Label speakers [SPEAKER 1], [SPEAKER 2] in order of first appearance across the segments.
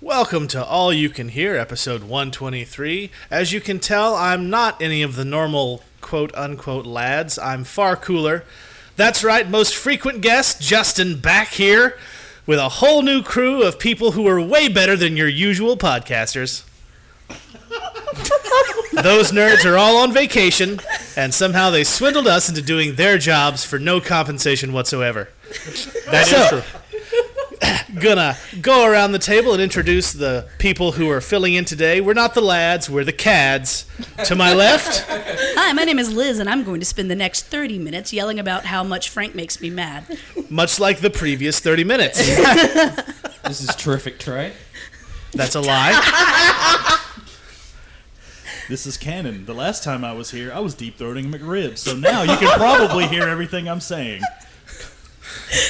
[SPEAKER 1] Welcome to All You Can Hear, episode 123. As you can tell, I'm not any of the normal quote unquote lads. I'm far cooler. That's right, most frequent guest, Justin, back here with a whole new crew of people who are way better than your usual podcasters. Those nerds are all on vacation, and somehow they swindled us into doing their jobs for no compensation whatsoever. That is true gonna go around the table and introduce the people who are filling in today. We're not the lads, we're the cads. To my left,
[SPEAKER 2] Hi, my name is Liz, and I'm going to spend the next 30 minutes yelling about how much Frank makes me mad.
[SPEAKER 1] much like the previous 30 minutes.
[SPEAKER 3] This is terrific, Trey.
[SPEAKER 1] That's a lie.
[SPEAKER 4] This is canon. The last time I was here, I was deep throating McRib, so now you can probably hear everything I'm saying.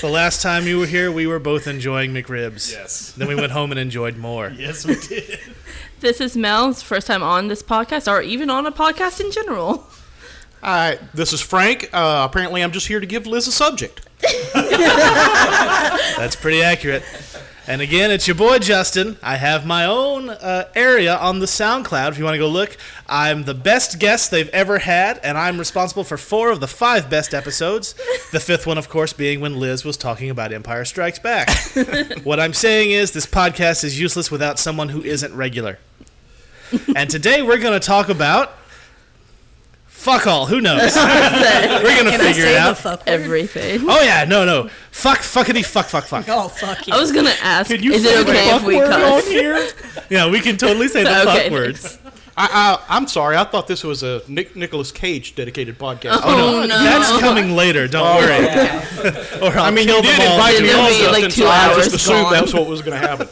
[SPEAKER 1] The last time you were here, we were both enjoying McRibs.
[SPEAKER 4] Yes.
[SPEAKER 1] Then we went home and enjoyed more.
[SPEAKER 4] Yes, we did.
[SPEAKER 5] This is Mel's first time on this podcast, or even on a podcast in general.
[SPEAKER 6] Hi, this is Frank. Uh, apparently, I'm just here to give Liz a subject.
[SPEAKER 1] That's pretty accurate. And again, it's your boy Justin. I have my own uh, area on the SoundCloud if you want to go look. I'm the best guest they've ever had, and I'm responsible for four of the five best episodes. The fifth one, of course, being when Liz was talking about Empire Strikes Back. what I'm saying is, this podcast is useless without someone who isn't regular. And today we're going to talk about. Fuck all, who knows? we're going to
[SPEAKER 2] Can I
[SPEAKER 1] figure
[SPEAKER 2] say
[SPEAKER 1] it
[SPEAKER 2] the
[SPEAKER 1] out.
[SPEAKER 2] fuck word?
[SPEAKER 5] Everything.
[SPEAKER 1] Oh, yeah, no, no. Fuck, fuckity, fuck, fuck, fuck.
[SPEAKER 2] Oh, fuck you.
[SPEAKER 5] I was gonna ask,
[SPEAKER 4] Did you
[SPEAKER 5] is
[SPEAKER 4] say
[SPEAKER 5] it okay
[SPEAKER 4] the
[SPEAKER 5] if we
[SPEAKER 4] fuck word
[SPEAKER 5] cuss?
[SPEAKER 4] on here?
[SPEAKER 1] Yeah, we can totally say the
[SPEAKER 5] Okay,
[SPEAKER 1] fuck words.
[SPEAKER 5] thanks.
[SPEAKER 6] I, I, I'm sorry, I thought this was a Nick, Nicolas Cage dedicated podcast.
[SPEAKER 5] Oh,
[SPEAKER 1] No,
[SPEAKER 5] no.
[SPEAKER 1] that's coming later. Don't
[SPEAKER 4] Oh,
[SPEAKER 1] worry. or I'll
[SPEAKER 6] I mean,
[SPEAKER 1] kill
[SPEAKER 6] you did
[SPEAKER 1] them all.
[SPEAKER 6] invite me
[SPEAKER 5] It'll
[SPEAKER 6] on
[SPEAKER 5] be like
[SPEAKER 6] something,
[SPEAKER 5] two
[SPEAKER 6] so I
[SPEAKER 5] hours
[SPEAKER 6] just assumed
[SPEAKER 5] gone.
[SPEAKER 6] that's what was going to happen.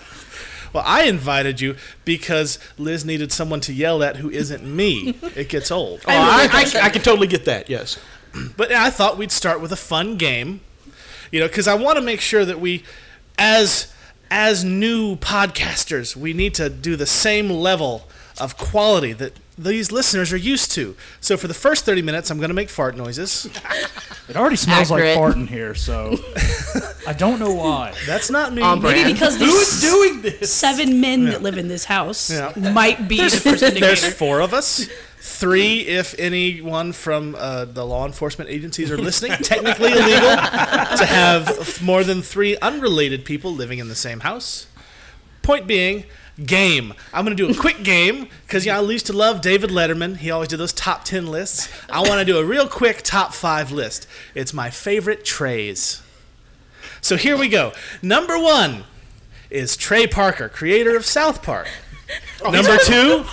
[SPEAKER 1] Well, I invited you because Liz needed someone to yell at who isn't me. It gets old.
[SPEAKER 6] Oh, I, I, I can totally get that, yes.
[SPEAKER 1] But I thought we'd start with a fun game, you know, because I want to make sure that we, as as new podcasters, we need to do the same level of quality that these listeners are used to. So for the first thirty minutes, I'm going to make fart noises.
[SPEAKER 4] It already smells
[SPEAKER 5] Accurate.
[SPEAKER 4] like fart in here, so I don't know why.
[SPEAKER 1] That's not me.
[SPEAKER 5] On brand.
[SPEAKER 2] Maybe because these
[SPEAKER 4] Who's doing this?
[SPEAKER 2] seven men that live in this house
[SPEAKER 1] Yeah.
[SPEAKER 2] might be the first
[SPEAKER 1] There's
[SPEAKER 2] indicator.
[SPEAKER 1] four of us. Three, if anyone from uh, the law enforcement agencies are listening, technically illegal to have more than three unrelated people living in the same house. Point being, game. I'm going to do a quick game because yeah, I used to love David Letterman. He always did those top 10 lists. I want to do a real quick top five list. It's my favorite trays. So here we go. Number one is Trey Parker, creator of South Park. Number two,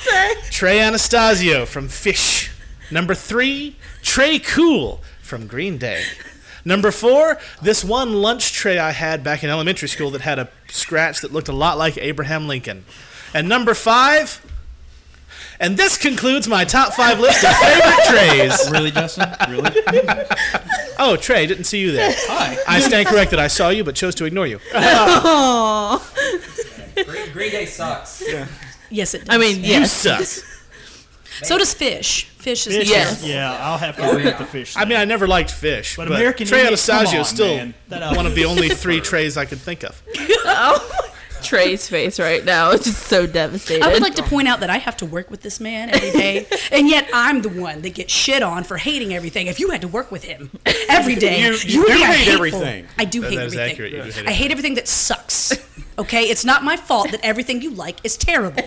[SPEAKER 1] Trey Anastasio from Fish. Number three, Trey Cool from Green Day. Number four, this one lunch tray I had back in elementary school that had a scratch that looked a lot like Abraham Lincoln. And number five, and this concludes my top five list of favorite trays.
[SPEAKER 3] Really, Justin? Really?
[SPEAKER 1] Oh, Trey, didn't see you there.
[SPEAKER 3] Hi.
[SPEAKER 1] I stand corrected. I saw you, but chose to ignore you.
[SPEAKER 7] Green, Green Day sucks.
[SPEAKER 2] Yes, it does.
[SPEAKER 5] I mean,
[SPEAKER 1] You
[SPEAKER 5] yes.
[SPEAKER 1] suck.
[SPEAKER 2] so does fish. Fish is
[SPEAKER 5] Yes.
[SPEAKER 4] Yeah, I'll have to look at the fish.
[SPEAKER 1] I mean, I never liked fish, but,
[SPEAKER 4] But American
[SPEAKER 1] Trey
[SPEAKER 4] Indian- come
[SPEAKER 1] Anastasio
[SPEAKER 4] on,
[SPEAKER 1] is still
[SPEAKER 4] man. That
[SPEAKER 1] one of the only three trays I could think of.
[SPEAKER 5] Trey's face right now is just so devastated.
[SPEAKER 2] I would like to point out that I have to work with this man every day, and yet I'm the one that gets shit on for hating everything. If you had to work with him every day,
[SPEAKER 6] You- you
[SPEAKER 2] would
[SPEAKER 6] do
[SPEAKER 2] be a
[SPEAKER 6] hate
[SPEAKER 2] hateful-
[SPEAKER 6] everything.
[SPEAKER 2] I do
[SPEAKER 1] That-
[SPEAKER 2] hate
[SPEAKER 1] that is
[SPEAKER 2] everything.
[SPEAKER 1] accurate. You do hate
[SPEAKER 2] I hate everything that sucks. Okay, it's not my fault that everything you like is terrible.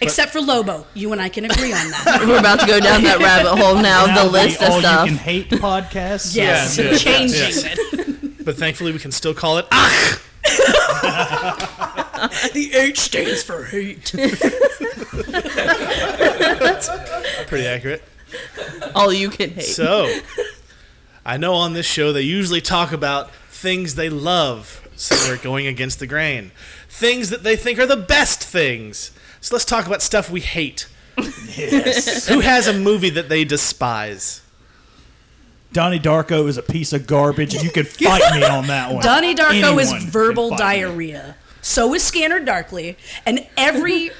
[SPEAKER 2] Except for Lobo, you and I can agree on that.
[SPEAKER 5] We're about to go down that rabbit hole now,
[SPEAKER 4] Now
[SPEAKER 5] the list
[SPEAKER 4] all you
[SPEAKER 5] of
[SPEAKER 4] can
[SPEAKER 5] stuff.
[SPEAKER 4] hate podcast.
[SPEAKER 2] Yes,
[SPEAKER 1] yes,
[SPEAKER 2] changing
[SPEAKER 1] yes.
[SPEAKER 2] it.
[SPEAKER 1] But thankfully, we can still call it Ach!
[SPEAKER 2] The H stands for hate.
[SPEAKER 1] Pretty accurate.
[SPEAKER 5] All you can hate.
[SPEAKER 1] So, I know on this show they usually talk about things they love, so we're going against the grain. Things that they think are the best things. So let's talk about stuff we hate. Yes. Who has a movie that they despise?
[SPEAKER 4] Donnie Darko is a piece of garbage, and you could fight me on that one.
[SPEAKER 2] Donnie Darko is
[SPEAKER 4] Anyone can
[SPEAKER 2] verbal
[SPEAKER 4] fight me.
[SPEAKER 2] diarrhea. So is Scanner Darkly, and every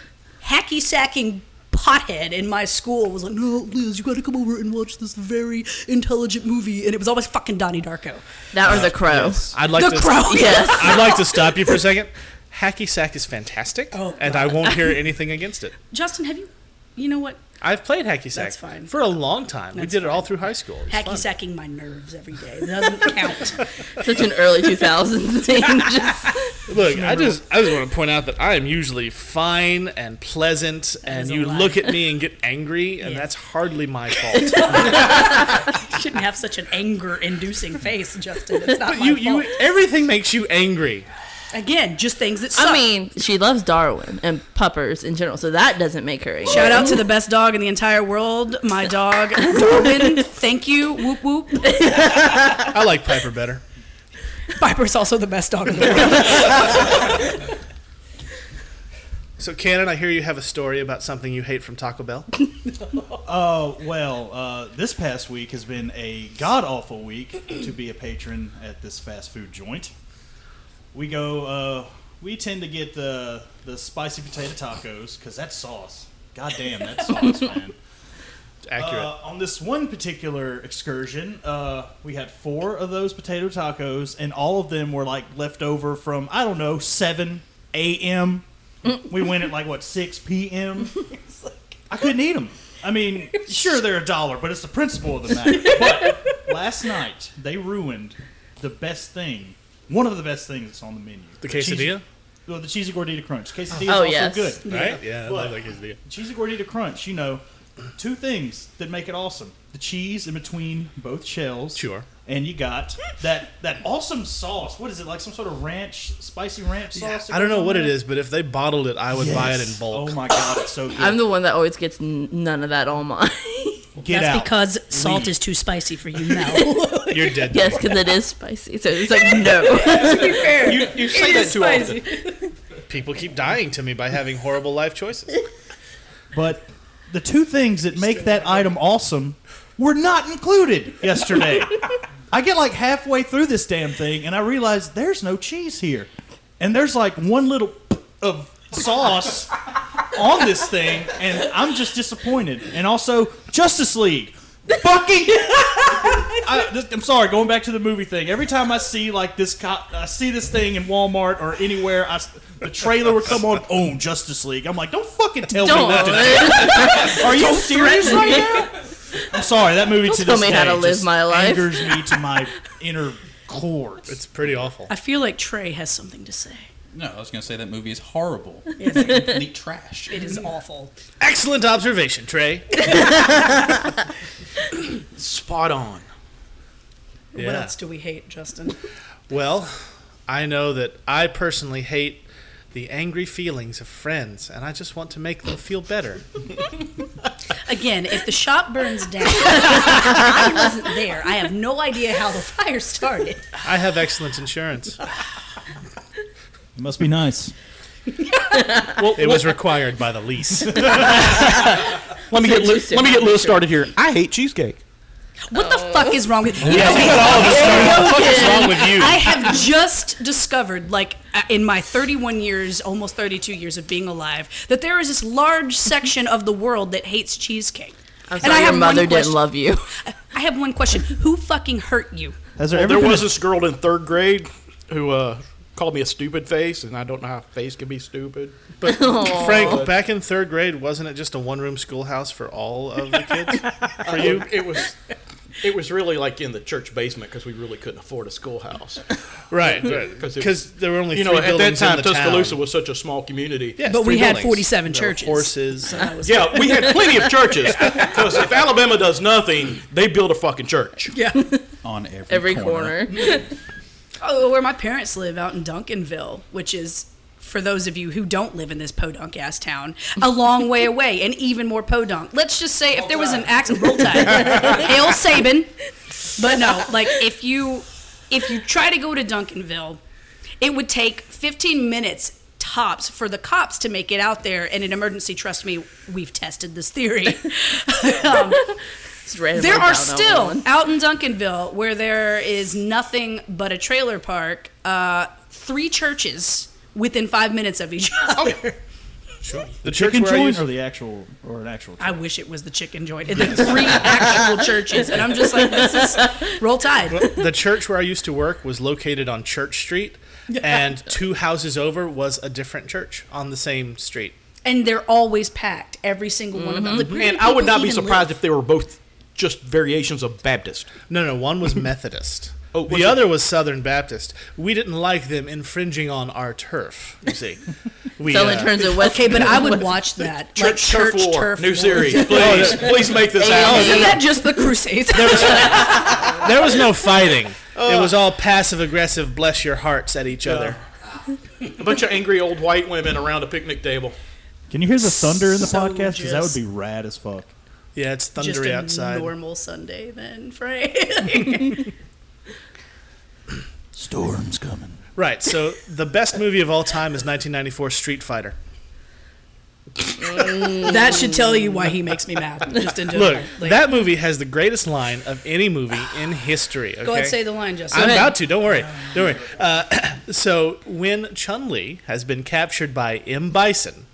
[SPEAKER 2] hacky sacking pothead in my school was like, "No, Liz, you got to come over and watch this very intelligent movie," and it was always fucking Donnie Darko.
[SPEAKER 5] that or the crow.
[SPEAKER 1] I'd like
[SPEAKER 2] the
[SPEAKER 1] to
[SPEAKER 2] Crow.
[SPEAKER 5] Yes.
[SPEAKER 1] I'd like to stop you for a second. Hacky Sack is fantastic,
[SPEAKER 2] Oh,
[SPEAKER 1] and I won't hear anything against it.
[SPEAKER 2] Justin, have you? You know what?
[SPEAKER 1] I've played Hacky Sack
[SPEAKER 2] That's fine.
[SPEAKER 1] for a long time. we
[SPEAKER 2] That's
[SPEAKER 1] did it all through high school. It was
[SPEAKER 2] Hacky
[SPEAKER 1] fun.
[SPEAKER 2] sacking my nerves every day. That doesn't count.
[SPEAKER 5] Such an early 2000s thing. Just,
[SPEAKER 1] Look, I just I just want to point out that I am usually fine and pleasant, and
[SPEAKER 2] is a
[SPEAKER 1] you
[SPEAKER 2] lie.
[SPEAKER 1] look at me and get angry, and
[SPEAKER 2] Yeah.
[SPEAKER 1] that's hardly my fault.
[SPEAKER 2] you shouldn't have such an anger-inducing face, Justin. It's not my
[SPEAKER 1] you
[SPEAKER 2] fault.
[SPEAKER 1] you everything makes you angry.
[SPEAKER 2] Again, just things that suck.
[SPEAKER 5] I mean, she loves Darwin and puppers in general, so that doesn't make her angry.
[SPEAKER 2] Shout out to the best dog in the entire world, my dog Darwin. Thank you. Whoop whoop.
[SPEAKER 1] I like Piper better.
[SPEAKER 2] Piper's also the best dog in the world.
[SPEAKER 1] So, Cannon, I hear you have a story about something you hate from Taco Bell.
[SPEAKER 4] Oh well, uh, this past week has been a god awful week to be a patron at this fast food joint. We go. Uh, we tend to get the the spicy potato tacos because that sauce. God damn, that sauce, man.
[SPEAKER 1] Accurate.
[SPEAKER 4] Uh, on this one particular excursion, uh, we had four of those potato tacos, and all of them were like left over from I don't know seven a.m. we went at like what six p.m. I couldn't eat them. I mean, sure they're a dollar, but it's the principle of the matter. but last night they ruined the best thing, one of the best things that's on the menu.
[SPEAKER 1] the
[SPEAKER 4] Cheesy,
[SPEAKER 1] quesadilla,
[SPEAKER 4] well, the cheesy gordita crunch. Quesadilla is
[SPEAKER 5] Oh,
[SPEAKER 4] also
[SPEAKER 5] yes.
[SPEAKER 4] good.
[SPEAKER 1] right? Yeah, I
[SPEAKER 4] What?
[SPEAKER 1] love that quesadilla.
[SPEAKER 4] Cheesy Gordita Crunch, you know, two things that make it awesome. The cheese in between both shells.
[SPEAKER 1] Sure.
[SPEAKER 4] And you got that that awesome sauce. What is it, like some sort of ranch, spicy ranch sauce?
[SPEAKER 1] I don't know what it is, but if they bottled it, I would buy it in
[SPEAKER 4] Yes.
[SPEAKER 1] bulk.
[SPEAKER 4] Oh my god, it's so good.
[SPEAKER 5] I'm the one that always gets n- none of that on mine.
[SPEAKER 4] Get
[SPEAKER 2] That's
[SPEAKER 4] out.
[SPEAKER 2] because salt
[SPEAKER 4] Leave.
[SPEAKER 2] is too spicy for you, Mel.
[SPEAKER 1] You're dead. to
[SPEAKER 5] yes,
[SPEAKER 1] me.
[SPEAKER 5] because it is spicy. So it's like, no.
[SPEAKER 6] You, you say that too often.
[SPEAKER 1] People keep dying to me by having horrible life choices.
[SPEAKER 4] But the two things that make that item awesome were not included yesterday. I get like halfway through this damn thing and I realize there's no cheese here. And there's like one little of sauce on this thing and I'm just disappointed. And also Justice League fucking I, this, I'm sorry. Going back to the movie thing, every time I see like this, co- I see this thing in Walmart or anywhere, I s the trailer would come on. Oh, Justice League. I'm like, don't fucking tell me what to do.
[SPEAKER 5] Don't.
[SPEAKER 4] Are you serious
[SPEAKER 5] threaten me.
[SPEAKER 4] right now? I'm sorry. That movie to
[SPEAKER 5] tell
[SPEAKER 4] this
[SPEAKER 5] me
[SPEAKER 4] day
[SPEAKER 5] how to live
[SPEAKER 4] just
[SPEAKER 5] my life.
[SPEAKER 4] angers me to my inner core.
[SPEAKER 1] It's pretty awful.
[SPEAKER 2] I feel like Trey has something to say.
[SPEAKER 3] No, I was going to say that movie is horrible.
[SPEAKER 2] Yes, it
[SPEAKER 3] Complete trash.
[SPEAKER 2] is awful.
[SPEAKER 1] Excellent observation, Trey.
[SPEAKER 6] Spot on.
[SPEAKER 1] Yeah.
[SPEAKER 2] What else do we hate, Justin?
[SPEAKER 1] Well, I know that I personally hate the angry feelings of friends, and I just want to make them feel better.
[SPEAKER 2] Again, if the shop burns down, I wasn't there. I have no idea how the fire started.
[SPEAKER 1] I have excellent insurance.
[SPEAKER 4] It must be nice.
[SPEAKER 1] It was required by the lease.
[SPEAKER 6] Let me get
[SPEAKER 5] too
[SPEAKER 6] Lou-
[SPEAKER 5] soon.
[SPEAKER 6] let me get Liz started here. I hate cheesecake.
[SPEAKER 2] What the fuck is wrong with you? know,
[SPEAKER 1] What's wrong with you?
[SPEAKER 2] I have just discovered, like, uh, in my 31 years, almost 32 years of being alive, that there is this large section of the world that hates cheesecake.
[SPEAKER 5] I'm sorry, your
[SPEAKER 2] one
[SPEAKER 5] mother didn't
[SPEAKER 2] question-
[SPEAKER 5] love you.
[SPEAKER 2] I have one question: Who fucking hurt you?
[SPEAKER 4] Has there
[SPEAKER 6] There
[SPEAKER 4] ever been
[SPEAKER 6] was this girl in third grade who uh, called me a stupid face, and I don't know how a face can be stupid.
[SPEAKER 1] But Frank, back in third grade, wasn't it just a one-room schoolhouse for all of the kids? For you,
[SPEAKER 6] Uh, It, it was. It was really like in the church basement because we really couldn't afford a schoolhouse.
[SPEAKER 1] right?
[SPEAKER 6] Because it-
[SPEAKER 1] Because there were only
[SPEAKER 6] You
[SPEAKER 1] three
[SPEAKER 6] know, at that
[SPEAKER 1] buildings in
[SPEAKER 6] time,
[SPEAKER 1] the
[SPEAKER 6] Tuscaloosa
[SPEAKER 1] town.
[SPEAKER 6] was such a small community.
[SPEAKER 1] Yes,
[SPEAKER 2] But we
[SPEAKER 1] three
[SPEAKER 2] had
[SPEAKER 1] buildings.
[SPEAKER 2] 47
[SPEAKER 1] There were
[SPEAKER 2] churches.
[SPEAKER 1] horses.
[SPEAKER 6] Yeah, we had plenty of churches. Because if Alabama does nothing, they build a fucking church.
[SPEAKER 2] Yeah.
[SPEAKER 3] On every,
[SPEAKER 5] Every
[SPEAKER 3] corner.
[SPEAKER 5] corner.
[SPEAKER 2] oh, where my parents live out in Duncanville, which is. For those of you who don't live in this podunk ass town, a long way away and even more podunk. Let's just say if there was an accident, roll tide, hail Saban. But no, like if you if you try to go to Duncanville, it would take 15 minutes tops for the cops to make it out there in an emergency. Trust me, we've tested this theory. um,
[SPEAKER 5] Just randomly
[SPEAKER 2] there are
[SPEAKER 5] found out
[SPEAKER 2] still
[SPEAKER 5] one.
[SPEAKER 2] out in Duncanville where there is nothing but a trailer park, uh, three churches within five minutes of each other.
[SPEAKER 1] The church
[SPEAKER 4] chicken
[SPEAKER 1] where I
[SPEAKER 4] joint
[SPEAKER 1] used-
[SPEAKER 4] or the actual or an actual?
[SPEAKER 2] I wish it was the chicken joint. The three actual churches, and I'm just like, this is roll tide.
[SPEAKER 1] the church where I used to work was located on Church Street, and two houses over was a different church on the same street.
[SPEAKER 2] and they're always packed. Every single one of them. Like, where do
[SPEAKER 6] And mm-hmm. I would
[SPEAKER 2] people
[SPEAKER 6] not be
[SPEAKER 2] even
[SPEAKER 6] surprised
[SPEAKER 2] live?
[SPEAKER 6] if they were both just variations of Baptist.
[SPEAKER 1] No, no, one was Methodist.
[SPEAKER 6] Oh, was
[SPEAKER 1] the
[SPEAKER 6] it?
[SPEAKER 1] other was Southern Baptist. We didn't like them infringing on our turf. You see, we
[SPEAKER 5] So in
[SPEAKER 1] uh,
[SPEAKER 5] terms of West,
[SPEAKER 2] Okay, but I would watch that.
[SPEAKER 6] Church,
[SPEAKER 2] like church
[SPEAKER 6] turf, war.
[SPEAKER 2] turf
[SPEAKER 6] New
[SPEAKER 2] war.
[SPEAKER 6] series, please,
[SPEAKER 1] Oh,
[SPEAKER 6] please make this happen.
[SPEAKER 2] Isn't that just the Crusades?
[SPEAKER 1] there was no fighting. it was all passive aggressive. Bless your hearts at each other.
[SPEAKER 6] A bunch of angry old white women around a picnic table.
[SPEAKER 4] Can you hear the thunder in the podcast? Because that would
[SPEAKER 2] Soldiers.
[SPEAKER 4] be rad as fuck.
[SPEAKER 1] Yeah, it's
[SPEAKER 2] just
[SPEAKER 1] thundery
[SPEAKER 2] a
[SPEAKER 1] outside.
[SPEAKER 2] normal Sunday then, Frank.
[SPEAKER 4] Storm's coming.
[SPEAKER 1] Right. So the best movie of all time is 1994 Street Fighter.
[SPEAKER 2] that should tell you why he makes me mad. Just in general.
[SPEAKER 1] Look,
[SPEAKER 2] Like,
[SPEAKER 1] that movie has the greatest line of any movie in history. Okay?
[SPEAKER 2] Go ahead, say the line, Justin.
[SPEAKER 1] I'm about to. Don't worry. Don't worry. Uh, so when Chun Li has been captured by M Bison,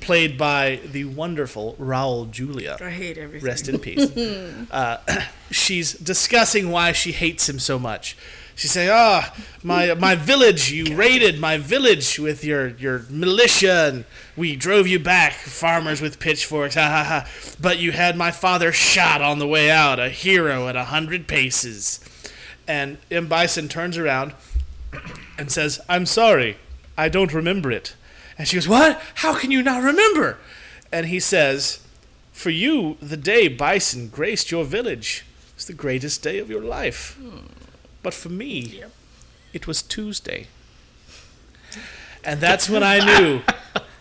[SPEAKER 1] played by the wonderful Raul Julia.
[SPEAKER 2] I hate everything.
[SPEAKER 1] Rest in peace. uh, she's discussing why she hates him so much. She's saying, "Ah, my my village. You raided my village with your your militia, and we drove you back, farmers with pitchforks. Ha ha ha! But you had my father shot on the way out, a hero at a hundred paces." And M Bison turns around and says, "I'm sorry, I don't remember it." And she goes, "What? How can you not remember?" And he says, for you, the day bison graced your village was the greatest day of your life. But for me, it was Tuesday. And that's when I knew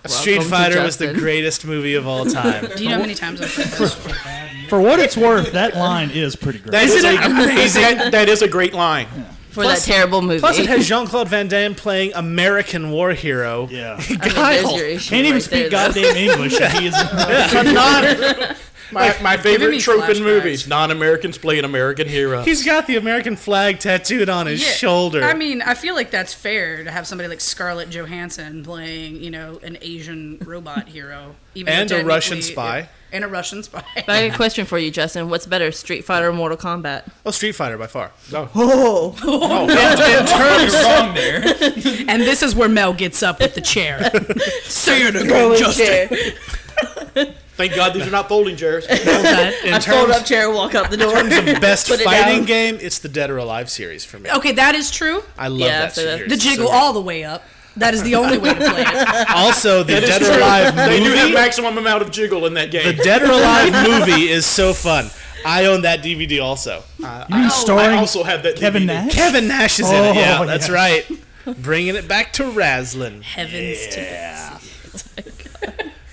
[SPEAKER 1] Street
[SPEAKER 5] Welcome to
[SPEAKER 1] Fighter was the
[SPEAKER 5] Justin.
[SPEAKER 1] greatest movie of all time.
[SPEAKER 2] Do you know how many times I've said that?
[SPEAKER 4] For what it's worth, that line is pretty great.
[SPEAKER 1] Isn't it amazing?
[SPEAKER 6] That, that is a great line.
[SPEAKER 5] for that terrible movie.
[SPEAKER 1] Plus, it has Jean Claude Van Damme playing American war hero.
[SPEAKER 4] yeah.
[SPEAKER 5] I mean, there's your issue
[SPEAKER 4] Can't even
[SPEAKER 5] right
[SPEAKER 4] speak
[SPEAKER 5] there, though.
[SPEAKER 4] goddamn English. and he is
[SPEAKER 6] My, my
[SPEAKER 2] me
[SPEAKER 6] favorite trope
[SPEAKER 2] flashbacks.
[SPEAKER 6] in movies: non-Americans play an American hero.
[SPEAKER 1] He's got the American flag tattooed on his
[SPEAKER 2] Yeah.
[SPEAKER 1] shoulder.
[SPEAKER 2] I mean, I feel like that's fair to have somebody like Scarlett Johansson playing, you know, an Asian robot hero, even though
[SPEAKER 1] And a Russian
[SPEAKER 2] technically-
[SPEAKER 1] spy.
[SPEAKER 2] and a Russian spy.
[SPEAKER 5] But I have a question for you, Justin. What's better, Street Fighter or Mortal Kombat?
[SPEAKER 1] oh, Street Fighter by far.
[SPEAKER 5] Oh.
[SPEAKER 3] You're wrong there.
[SPEAKER 2] and this is where Mel gets up with the chair. Say it again,
[SPEAKER 5] Throwing
[SPEAKER 2] Justin.
[SPEAKER 5] chair.
[SPEAKER 6] Thank God these are not folding chairs.
[SPEAKER 1] In
[SPEAKER 5] I fold
[SPEAKER 1] terms
[SPEAKER 5] up chair, walk out the door.
[SPEAKER 1] of best
[SPEAKER 5] Put it
[SPEAKER 1] fighting
[SPEAKER 5] down. Oh.
[SPEAKER 1] game, it's the Dead or Alive series for me.
[SPEAKER 2] Okay, that is true.
[SPEAKER 1] I love
[SPEAKER 5] Yeah,
[SPEAKER 1] that
[SPEAKER 5] so that's-
[SPEAKER 1] series.
[SPEAKER 2] The
[SPEAKER 1] It's so
[SPEAKER 2] jiggle
[SPEAKER 1] good.
[SPEAKER 2] all the way up. That is the only way to play it.
[SPEAKER 1] Also, the
[SPEAKER 6] That is
[SPEAKER 1] Dead
[SPEAKER 6] true.
[SPEAKER 1] or Alive
[SPEAKER 6] They do have
[SPEAKER 1] movie.
[SPEAKER 6] maximum amount of jiggle in that
[SPEAKER 1] The
[SPEAKER 6] game.
[SPEAKER 1] Dead or Alive movie is so fun. I own that DVD also.
[SPEAKER 4] you
[SPEAKER 1] Oh,
[SPEAKER 4] mean
[SPEAKER 6] I
[SPEAKER 4] starring
[SPEAKER 6] also have that.
[SPEAKER 4] Kevin
[SPEAKER 6] DVD.
[SPEAKER 4] Nash?
[SPEAKER 1] Kevin Nash is in
[SPEAKER 4] Oh,
[SPEAKER 1] it. Yeah,
[SPEAKER 4] yeah.
[SPEAKER 1] that's right. Bringing it back to Raslin.
[SPEAKER 2] Heavens to this.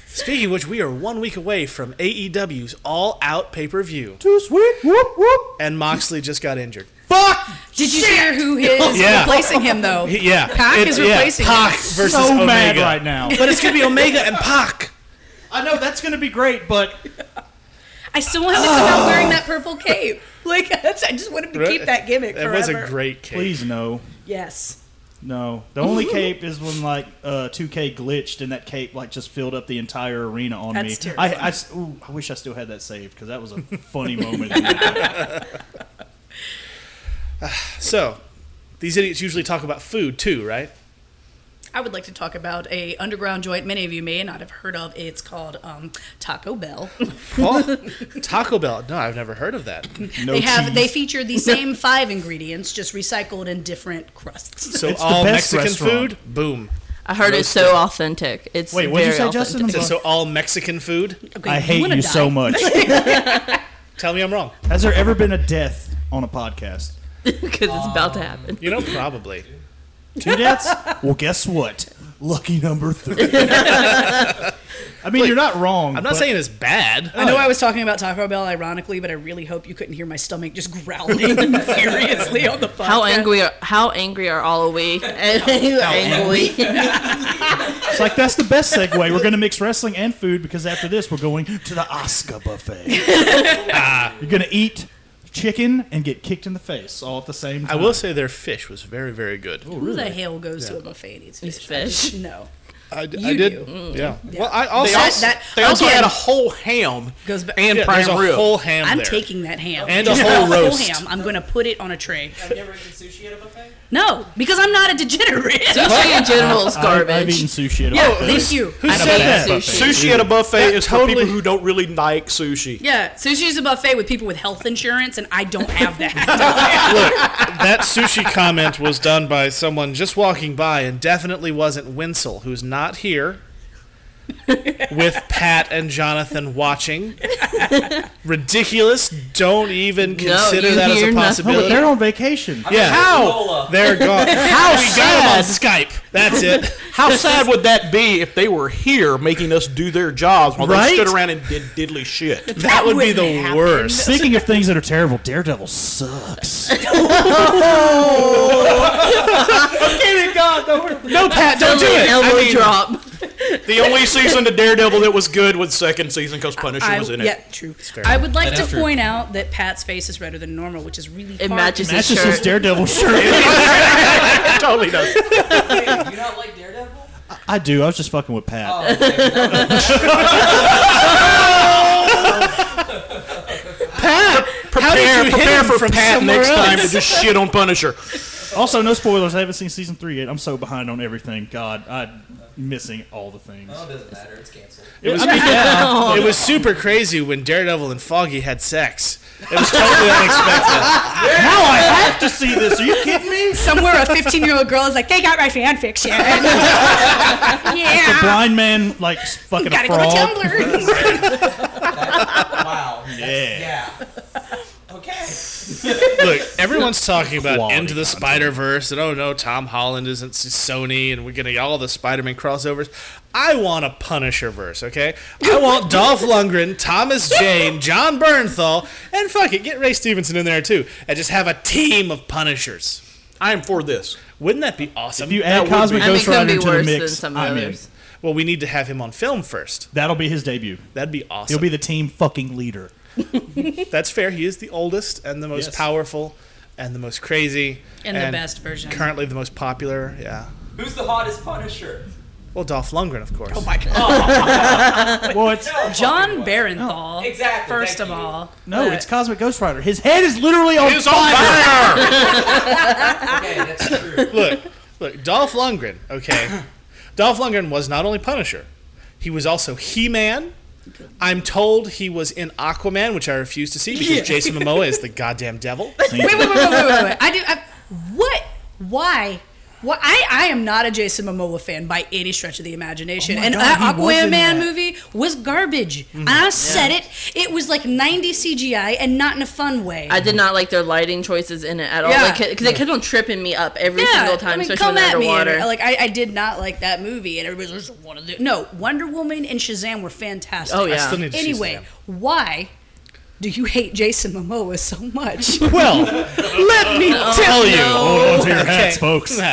[SPEAKER 1] Speaking of which, we are one week away from AEW's All Out pay per view,
[SPEAKER 4] Too sweet. Whoop whoop.
[SPEAKER 1] and Moxley just got injured.
[SPEAKER 4] Fuck.
[SPEAKER 2] Did you hear who is
[SPEAKER 1] Yeah.
[SPEAKER 2] replacing him though?
[SPEAKER 1] He- Yeah,
[SPEAKER 2] Pac
[SPEAKER 1] It-
[SPEAKER 2] is
[SPEAKER 1] yeah,
[SPEAKER 2] replacing
[SPEAKER 1] Pac
[SPEAKER 2] him.
[SPEAKER 1] versus
[SPEAKER 4] so
[SPEAKER 1] Omega.
[SPEAKER 4] mad right now.
[SPEAKER 1] But it's gonna be Omega and Pac.
[SPEAKER 4] I know that's gonna be great, but
[SPEAKER 2] I still want him to come out wearing that purple cape. Like that's, I just want him to keep
[SPEAKER 1] Right.
[SPEAKER 2] that gimmick
[SPEAKER 1] That
[SPEAKER 2] forever.
[SPEAKER 1] was a great case.
[SPEAKER 4] please no.
[SPEAKER 2] yes.
[SPEAKER 4] No, the only cape is when like uh, 2K glitched and that cape like just filled up the entire arena on
[SPEAKER 2] That's
[SPEAKER 4] me.
[SPEAKER 2] terrifying.
[SPEAKER 4] I I s- ooh, I wish I still had that saved because that was a funny moment. in that.
[SPEAKER 1] So, these idiots usually talk about food too, right?
[SPEAKER 2] I would like to talk about a underground joint many of you may not have heard of. It's called um, Taco Bell.
[SPEAKER 1] Paul? Taco Bell. No, I've never heard of that.
[SPEAKER 4] No
[SPEAKER 2] they have
[SPEAKER 4] cheese.
[SPEAKER 2] they feature the same five ingredients just recycled in different crusts.
[SPEAKER 1] So
[SPEAKER 4] It's the
[SPEAKER 1] all
[SPEAKER 4] best
[SPEAKER 1] Mexican
[SPEAKER 4] restaurant.
[SPEAKER 1] food, boom.
[SPEAKER 5] I heard it's so authentic. It's
[SPEAKER 4] Wait,
[SPEAKER 5] what
[SPEAKER 4] what'd you say, Justin? I'm
[SPEAKER 1] So, so all Mexican food.
[SPEAKER 2] Okay,
[SPEAKER 4] I hate
[SPEAKER 2] wanna
[SPEAKER 4] you
[SPEAKER 2] die.
[SPEAKER 4] so much.
[SPEAKER 1] Tell me I'm wrong.
[SPEAKER 4] Has there ever been a death on a podcast?
[SPEAKER 5] Because it's about to happen.
[SPEAKER 1] You know, probably.
[SPEAKER 4] Two deaths? well, guess what? Lucky number three. I mean, you're not wrong.
[SPEAKER 1] I'm not saying it's bad.
[SPEAKER 2] I know I was talking about Taco Bell ironically, but I really hope you couldn't hear my stomach just growling furiously on the podcast.
[SPEAKER 5] How angry? Are, how angry are all of we? angry.
[SPEAKER 4] it's like that's the best segue. We're going to mix wrestling and food because after this, we're going to the Oscar buffet. you're going to eat chicken and get kicked in the face all at the same
[SPEAKER 1] I
[SPEAKER 4] time.
[SPEAKER 1] will say their fish was very, very good.
[SPEAKER 2] Who the hell goes to a buffet and eats fish?
[SPEAKER 5] fish.
[SPEAKER 2] No.
[SPEAKER 1] I, d-
[SPEAKER 2] You
[SPEAKER 1] I did.
[SPEAKER 2] do.
[SPEAKER 1] Yeah. Well, I also,
[SPEAKER 6] They also,
[SPEAKER 2] that-
[SPEAKER 6] they also
[SPEAKER 2] again-
[SPEAKER 6] had a whole ham
[SPEAKER 2] Goes back.
[SPEAKER 6] and
[SPEAKER 1] yeah, there's
[SPEAKER 6] prime
[SPEAKER 1] a
[SPEAKER 6] rib.
[SPEAKER 1] whole ham
[SPEAKER 2] I'm
[SPEAKER 1] there.
[SPEAKER 2] taking that ham
[SPEAKER 1] And a
[SPEAKER 2] Just
[SPEAKER 1] whole
[SPEAKER 2] the
[SPEAKER 1] roast.
[SPEAKER 2] ham. I'm gonna put it on a tray.
[SPEAKER 7] I've never eaten sushi at a buffet.
[SPEAKER 2] No, because I'm not a degenerate.
[SPEAKER 5] Sushi in general is
[SPEAKER 4] I, have
[SPEAKER 5] garbage.
[SPEAKER 4] eaten sushi at all.
[SPEAKER 2] yeah, thank you.
[SPEAKER 6] Who
[SPEAKER 5] I don't
[SPEAKER 6] said
[SPEAKER 5] eat
[SPEAKER 6] that?
[SPEAKER 5] sushi.
[SPEAKER 6] Sushi at a buffet
[SPEAKER 1] That
[SPEAKER 6] is for
[SPEAKER 1] totally-
[SPEAKER 6] people who don't really like sushi.
[SPEAKER 2] Yeah, sushi's a buffet with people with health insurance, and I don't have that.
[SPEAKER 1] that sushi comment was done by someone just walking by and definitely wasn't Winsel, who's not here with Pat and Jonathan watching. Ridiculous. Don't even consider
[SPEAKER 5] you
[SPEAKER 1] that as
[SPEAKER 5] hear
[SPEAKER 1] a
[SPEAKER 5] nothing.
[SPEAKER 4] No, but
[SPEAKER 1] possibility.
[SPEAKER 4] they're on vacation.
[SPEAKER 1] yeah.
[SPEAKER 7] How?
[SPEAKER 1] They're gone. How we got them on Skype. That's it.
[SPEAKER 6] How sad would that be if they were here making us do their jobs while
[SPEAKER 4] Right?
[SPEAKER 6] they stood around and did diddly shit?
[SPEAKER 1] That would be the
[SPEAKER 2] wouldn't happen.
[SPEAKER 1] worst.
[SPEAKER 4] Speaking of things that are terrible, Daredevil sucks.
[SPEAKER 1] No, Pat, don't do it.
[SPEAKER 5] Elbow
[SPEAKER 6] I mean-
[SPEAKER 5] drop.
[SPEAKER 6] the only season of Daredevil that was good was second season because Punisher
[SPEAKER 2] I,
[SPEAKER 6] was in it.
[SPEAKER 2] yeah, true. I would like
[SPEAKER 3] That
[SPEAKER 2] to
[SPEAKER 3] is true.
[SPEAKER 2] point out that Pat's face is redder than normal, which is really
[SPEAKER 5] It
[SPEAKER 2] hard.
[SPEAKER 5] matches
[SPEAKER 4] That's
[SPEAKER 5] his
[SPEAKER 4] just his
[SPEAKER 5] shirt.
[SPEAKER 4] Daredevil shirt.
[SPEAKER 6] It totally does.
[SPEAKER 7] Wait, you not like Daredevil?
[SPEAKER 4] I do. I was just fucking with Pat.
[SPEAKER 7] Oh, okay.
[SPEAKER 6] Prepare,
[SPEAKER 1] you hit
[SPEAKER 6] prepare
[SPEAKER 1] him
[SPEAKER 6] for
[SPEAKER 1] from
[SPEAKER 6] Pat
[SPEAKER 1] somewhere
[SPEAKER 6] next time to
[SPEAKER 1] else?
[SPEAKER 6] just shit on Punisher.
[SPEAKER 4] Also, no spoilers. I haven't seen season three yet. I'm so behind on everything. God, I'm missing all the things.
[SPEAKER 7] no, it doesn't matter. It's canceled.
[SPEAKER 1] It was, it was super crazy when Daredevil and Foggy had sex. It was totally unexpected.
[SPEAKER 4] Now I have to see this. Are you kidding me?
[SPEAKER 2] Somewhere, a 15 year old girl is like, they got my fan fiction.
[SPEAKER 4] The
[SPEAKER 2] yeah.
[SPEAKER 4] blind man, like, s- fucking a
[SPEAKER 2] Gotta go to
[SPEAKER 4] frog.
[SPEAKER 2] Tumblr.
[SPEAKER 7] Wow. Yeah. Okay.
[SPEAKER 1] Look, everyone's talking about
[SPEAKER 4] Quality
[SPEAKER 1] Into the Spider Verse and oh no, Tom Holland isn't Sony and we're getting all the Spider Man crossovers. I want a Punisher verse, okay? I want Dolph Lundgren, Thomas Jane, John Bernthal, and fuck it, get Ray Stevenson in there too, and just have a team of Punishers.
[SPEAKER 6] I am for this.
[SPEAKER 1] Wouldn't that be awesome?
[SPEAKER 4] If you add
[SPEAKER 6] That would
[SPEAKER 4] Cosmic
[SPEAKER 6] be-
[SPEAKER 5] I mean, it
[SPEAKER 4] Ghost
[SPEAKER 5] could
[SPEAKER 4] Rider
[SPEAKER 5] be
[SPEAKER 4] to the
[SPEAKER 5] worse than
[SPEAKER 4] mix,
[SPEAKER 5] some of
[SPEAKER 4] I'm
[SPEAKER 5] the
[SPEAKER 4] in.
[SPEAKER 5] others.
[SPEAKER 1] well, we need to have him on film first.
[SPEAKER 4] That'll be his debut.
[SPEAKER 1] That'd be awesome.
[SPEAKER 4] He'll be the team fucking leader.
[SPEAKER 1] That's fair. He is the oldest and the most
[SPEAKER 4] Yes.
[SPEAKER 1] powerful and the most crazy
[SPEAKER 2] And the best version.
[SPEAKER 1] Currently the most popular. Yeah.
[SPEAKER 7] Who's the hottest Punisher?
[SPEAKER 1] Well, Dolph Lundgren, of
[SPEAKER 4] Oh,
[SPEAKER 1] course.
[SPEAKER 4] Well, it's
[SPEAKER 7] No,
[SPEAKER 2] John
[SPEAKER 7] fucking way.
[SPEAKER 2] Barenthal.
[SPEAKER 7] Exactly,
[SPEAKER 2] First
[SPEAKER 7] thank
[SPEAKER 2] of
[SPEAKER 7] you.
[SPEAKER 2] all.
[SPEAKER 4] no,
[SPEAKER 2] But-
[SPEAKER 4] it's Cosmic Ghost Rider. His head is literally on
[SPEAKER 6] It's
[SPEAKER 4] fire.
[SPEAKER 6] on fire!
[SPEAKER 7] Okay, that's true.
[SPEAKER 1] look, look, Dolph Lundgren. Okay, Dolph Lundgren was not only Punisher, he was also He-Man. I'm told he was in Aquaman, which I refuse to see because Jason Momoa is the goddamn devil.
[SPEAKER 2] wait, wait, wait, wait, wait, wait, wait. I do. I, what? Why? What? I, I am not a Jason Momoa fan by any stretch of the imagination.
[SPEAKER 4] Oh my
[SPEAKER 2] and
[SPEAKER 4] God,
[SPEAKER 2] that
[SPEAKER 4] he was in
[SPEAKER 2] Aquaman
[SPEAKER 4] that.
[SPEAKER 2] movie was garbage.
[SPEAKER 5] Mm-hmm.
[SPEAKER 2] And I said it. It was like 90 CGI and not in a fun way.
[SPEAKER 5] I did not like their lighting choices in it at all.
[SPEAKER 2] Yeah.
[SPEAKER 5] Because it kept on tripping me up every single time, especially when they're
[SPEAKER 2] and,
[SPEAKER 5] underwater.
[SPEAKER 2] like I, I did not like that movie, and everybody's just one of the no. Wonder Woman and Shazam were fantastic.
[SPEAKER 5] Oh,
[SPEAKER 1] I
[SPEAKER 5] yeah.
[SPEAKER 1] still need to see
[SPEAKER 2] Anyway,
[SPEAKER 1] some
[SPEAKER 2] why do you hate Jason Momoa so much?
[SPEAKER 1] of them. Well, let me tell you.
[SPEAKER 4] Oh, Hold on to your hats,
[SPEAKER 1] Okay.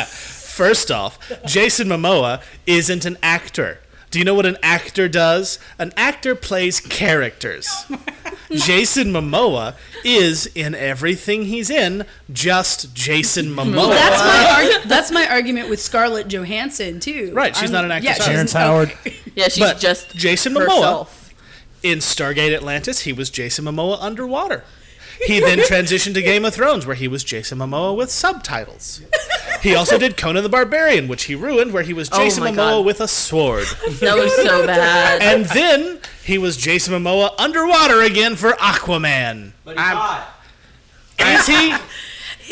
[SPEAKER 4] folks.
[SPEAKER 1] First off, Jason Momoa isn't an actor. Do you know what an actor does? An actor plays characters. Jason Momoa is in everything he's in, just Jason Momoa.
[SPEAKER 2] That's my arg- that's my argument with Scarlett Johansson too.
[SPEAKER 1] Uh, Right, she's not an actress
[SPEAKER 2] she's-
[SPEAKER 1] either.
[SPEAKER 4] Terrence Howard.
[SPEAKER 5] yeah, she's
[SPEAKER 1] but
[SPEAKER 5] just
[SPEAKER 1] Jason Momoa-
[SPEAKER 5] herself.
[SPEAKER 1] in Stargate Atlantis, he was Jason Momoa underwater. He then transitioned to Game of Thrones, where he was Jason Momoa with subtitles. He also did Conan the Barbarian, which he ruined, where he was
[SPEAKER 5] Oh
[SPEAKER 1] Jason
[SPEAKER 5] my
[SPEAKER 1] Momoa
[SPEAKER 5] God.
[SPEAKER 1] with a sword.
[SPEAKER 5] That was so bad.
[SPEAKER 1] And then he was Jason Momoa underwater again for Aquaman.
[SPEAKER 7] But he's hot.
[SPEAKER 1] Is he?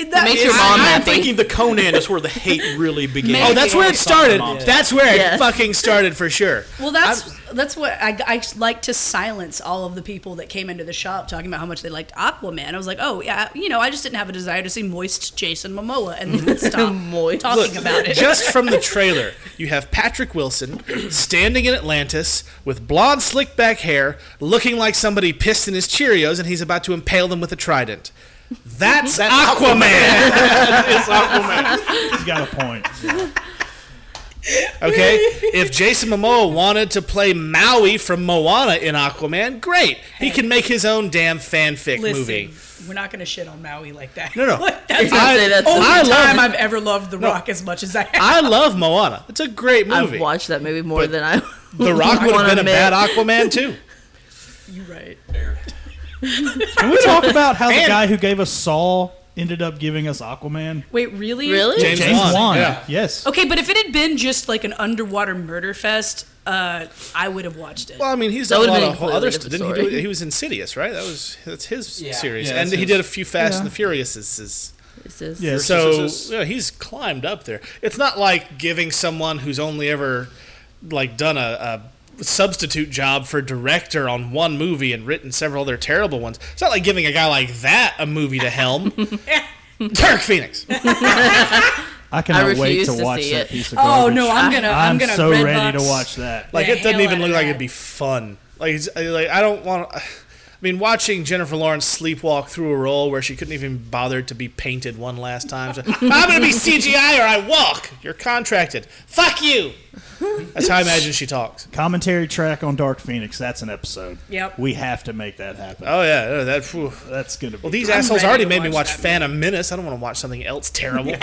[SPEAKER 2] That-
[SPEAKER 5] Makes your mom
[SPEAKER 6] I'm
[SPEAKER 5] happy.
[SPEAKER 6] thinking the Conan is where the hate really begins.
[SPEAKER 1] Oh, that's where it started. That's where it
[SPEAKER 5] Yes.
[SPEAKER 1] fucking started for sure.
[SPEAKER 2] well, that's that's what I, I like to silence all of the people that came into the shop talking about how much they liked Aquaman. I was like, oh yeah, you know, I just didn't have a desire to see moist Jason Momoa, and then stop
[SPEAKER 5] Moist.
[SPEAKER 2] talking about it.
[SPEAKER 1] Just from the trailer, you have Patrick Wilson standing in Atlantis with blonde, slick back hair, looking like somebody pissed in his Cheerios, and he's about to impale them with a trident. That's, Aquaman.
[SPEAKER 4] He's got a point.
[SPEAKER 1] okay, if Jason Momoa wanted to play Maui from Moana in Aquaman, great. He can make his own damn fanfic
[SPEAKER 2] Listen,
[SPEAKER 1] movie.
[SPEAKER 2] we're not gonna shit on Maui like that.
[SPEAKER 1] No, no.
[SPEAKER 2] that's
[SPEAKER 5] I- say that's-
[SPEAKER 2] the
[SPEAKER 5] I
[SPEAKER 2] only
[SPEAKER 1] oh, love-
[SPEAKER 2] time I've ever loved The Rock as much as I have.
[SPEAKER 1] I love Moana. It's a great movie.
[SPEAKER 5] I've watched that movie more
[SPEAKER 1] But
[SPEAKER 5] than I.
[SPEAKER 1] the Rock would have
[SPEAKER 5] wanna
[SPEAKER 1] been a
[SPEAKER 5] admit.
[SPEAKER 1] bad Aquaman too.
[SPEAKER 2] You're right.
[SPEAKER 4] Can we talk about how the
[SPEAKER 1] And-
[SPEAKER 4] guy who gave us Saw ended up giving us Aquaman?
[SPEAKER 2] Wait, really?
[SPEAKER 5] Really?
[SPEAKER 1] James Wan, yeah.
[SPEAKER 4] Yes.
[SPEAKER 2] Okay, but if it had been just like an underwater murder fest, uh, I would have watched it.
[SPEAKER 1] Well, I mean, he's
[SPEAKER 5] That
[SPEAKER 1] done a
[SPEAKER 5] would've
[SPEAKER 1] lot
[SPEAKER 5] been a
[SPEAKER 1] of whole
[SPEAKER 5] completely
[SPEAKER 1] other stuff.
[SPEAKER 5] different
[SPEAKER 1] Didn't he
[SPEAKER 5] story.
[SPEAKER 1] do? He was Insidious, right? That was that's his
[SPEAKER 7] Yeah.
[SPEAKER 1] series,
[SPEAKER 3] Yeah,
[SPEAKER 1] and
[SPEAKER 3] that's
[SPEAKER 1] he
[SPEAKER 3] his.
[SPEAKER 1] did a few Fast
[SPEAKER 4] Yeah.
[SPEAKER 1] and the Furiouses.
[SPEAKER 5] This is
[SPEAKER 4] Yes.
[SPEAKER 1] So
[SPEAKER 6] Furiouses.
[SPEAKER 1] yeah, he's climbed up there. It's not like giving someone who's only ever like done a, a substitute job for director on one movie and written several other terrible ones. It's not like giving a guy like that a movie to helm. Dark Phoenix.
[SPEAKER 4] I cannot wait
[SPEAKER 5] refuse
[SPEAKER 4] to
[SPEAKER 5] to
[SPEAKER 4] watch
[SPEAKER 5] see
[SPEAKER 4] that
[SPEAKER 5] it.
[SPEAKER 4] piece of
[SPEAKER 2] oh
[SPEAKER 4] garbage.
[SPEAKER 2] no, I'm gonna, I'm,
[SPEAKER 4] I'm
[SPEAKER 2] gonna.
[SPEAKER 4] so
[SPEAKER 2] red
[SPEAKER 4] ready
[SPEAKER 2] box.
[SPEAKER 4] to watch that.
[SPEAKER 1] Like
[SPEAKER 2] the
[SPEAKER 1] it doesn't
[SPEAKER 2] hell
[SPEAKER 1] even
[SPEAKER 2] out
[SPEAKER 1] look
[SPEAKER 2] of
[SPEAKER 1] like
[SPEAKER 2] that.
[SPEAKER 1] it'd be fun. Like it's, I- like I don't want. I mean, watching Jennifer Lawrence sleepwalk through a role where she couldn't even bother to be painted one last time. So, I'm gonna be CGI or I walk. You're contracted. Fuck you. That's how I imagine she talks.
[SPEAKER 4] Commentary track on Dark Phoenix. That's an episode.
[SPEAKER 2] Yep.
[SPEAKER 4] We have to make that happen.
[SPEAKER 1] Oh yeah, no, that. phew.
[SPEAKER 4] That's gonna be.
[SPEAKER 1] Well, these
[SPEAKER 4] great.
[SPEAKER 1] assholes
[SPEAKER 2] ready
[SPEAKER 1] already
[SPEAKER 2] to
[SPEAKER 1] made me
[SPEAKER 2] watch
[SPEAKER 1] watch
[SPEAKER 2] that
[SPEAKER 1] Phantom Menace. I don't want to watch something else terrible.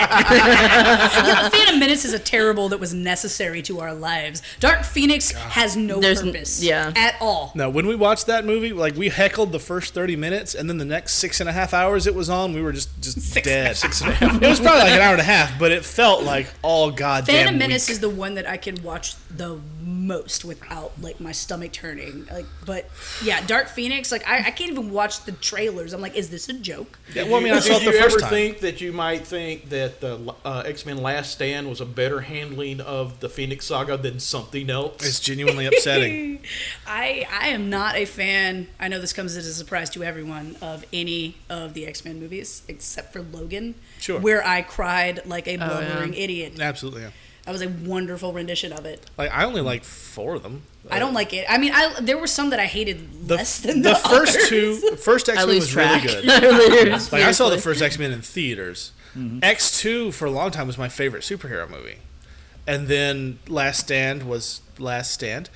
[SPEAKER 2] Yeah, Phantom Menace is a terrible that was necessary to our lives. Dark Phoenix has no
[SPEAKER 5] There's n-
[SPEAKER 2] purpose,
[SPEAKER 5] yeah.
[SPEAKER 2] at all.
[SPEAKER 1] No, when we watched that movie, like we heckled the first thirty minutes, and then the next six and a half hours it was on, we were just just dead. Six and a half. It was probably like an hour and a half, but it felt like all goddamn.
[SPEAKER 2] Phantom Menace
[SPEAKER 1] week.
[SPEAKER 2] is the one that I can watch the most without like my stomach turning. Like, but yeah, Dark Phoenix. Like, I, I can't even watch the trailers. I'm like, is this a joke?
[SPEAKER 1] Yeah, well, I mean, I saw it
[SPEAKER 6] Did
[SPEAKER 1] the
[SPEAKER 6] you
[SPEAKER 1] first
[SPEAKER 6] ever
[SPEAKER 1] time.
[SPEAKER 6] think that you might think that the uh, X Men Last Stand was a better handling of the Phoenix Saga than something else?
[SPEAKER 1] it's genuinely upsetting.
[SPEAKER 2] I I am not a fan. I know this comes as a surprise to everyone of any of the X Men movies except for Logan,
[SPEAKER 1] Sure.
[SPEAKER 2] where I cried like a blubbering idiot.
[SPEAKER 1] Absolutely. yeah.
[SPEAKER 2] That was a wonderful rendition of it.
[SPEAKER 1] Like I only like four of them.
[SPEAKER 2] I don't like it. I mean, I there were some that I hated
[SPEAKER 1] Uh, The,
[SPEAKER 2] less than
[SPEAKER 1] the
[SPEAKER 2] the,
[SPEAKER 1] first
[SPEAKER 2] others.
[SPEAKER 1] two, the first X
[SPEAKER 5] I
[SPEAKER 1] Men
[SPEAKER 5] lose
[SPEAKER 1] was
[SPEAKER 5] track.
[SPEAKER 1] really good.
[SPEAKER 5] Literally.
[SPEAKER 1] Like I saw the first X Men in theaters. X two for a long time was my favorite superhero movie, and then Last Stand was Last Stand,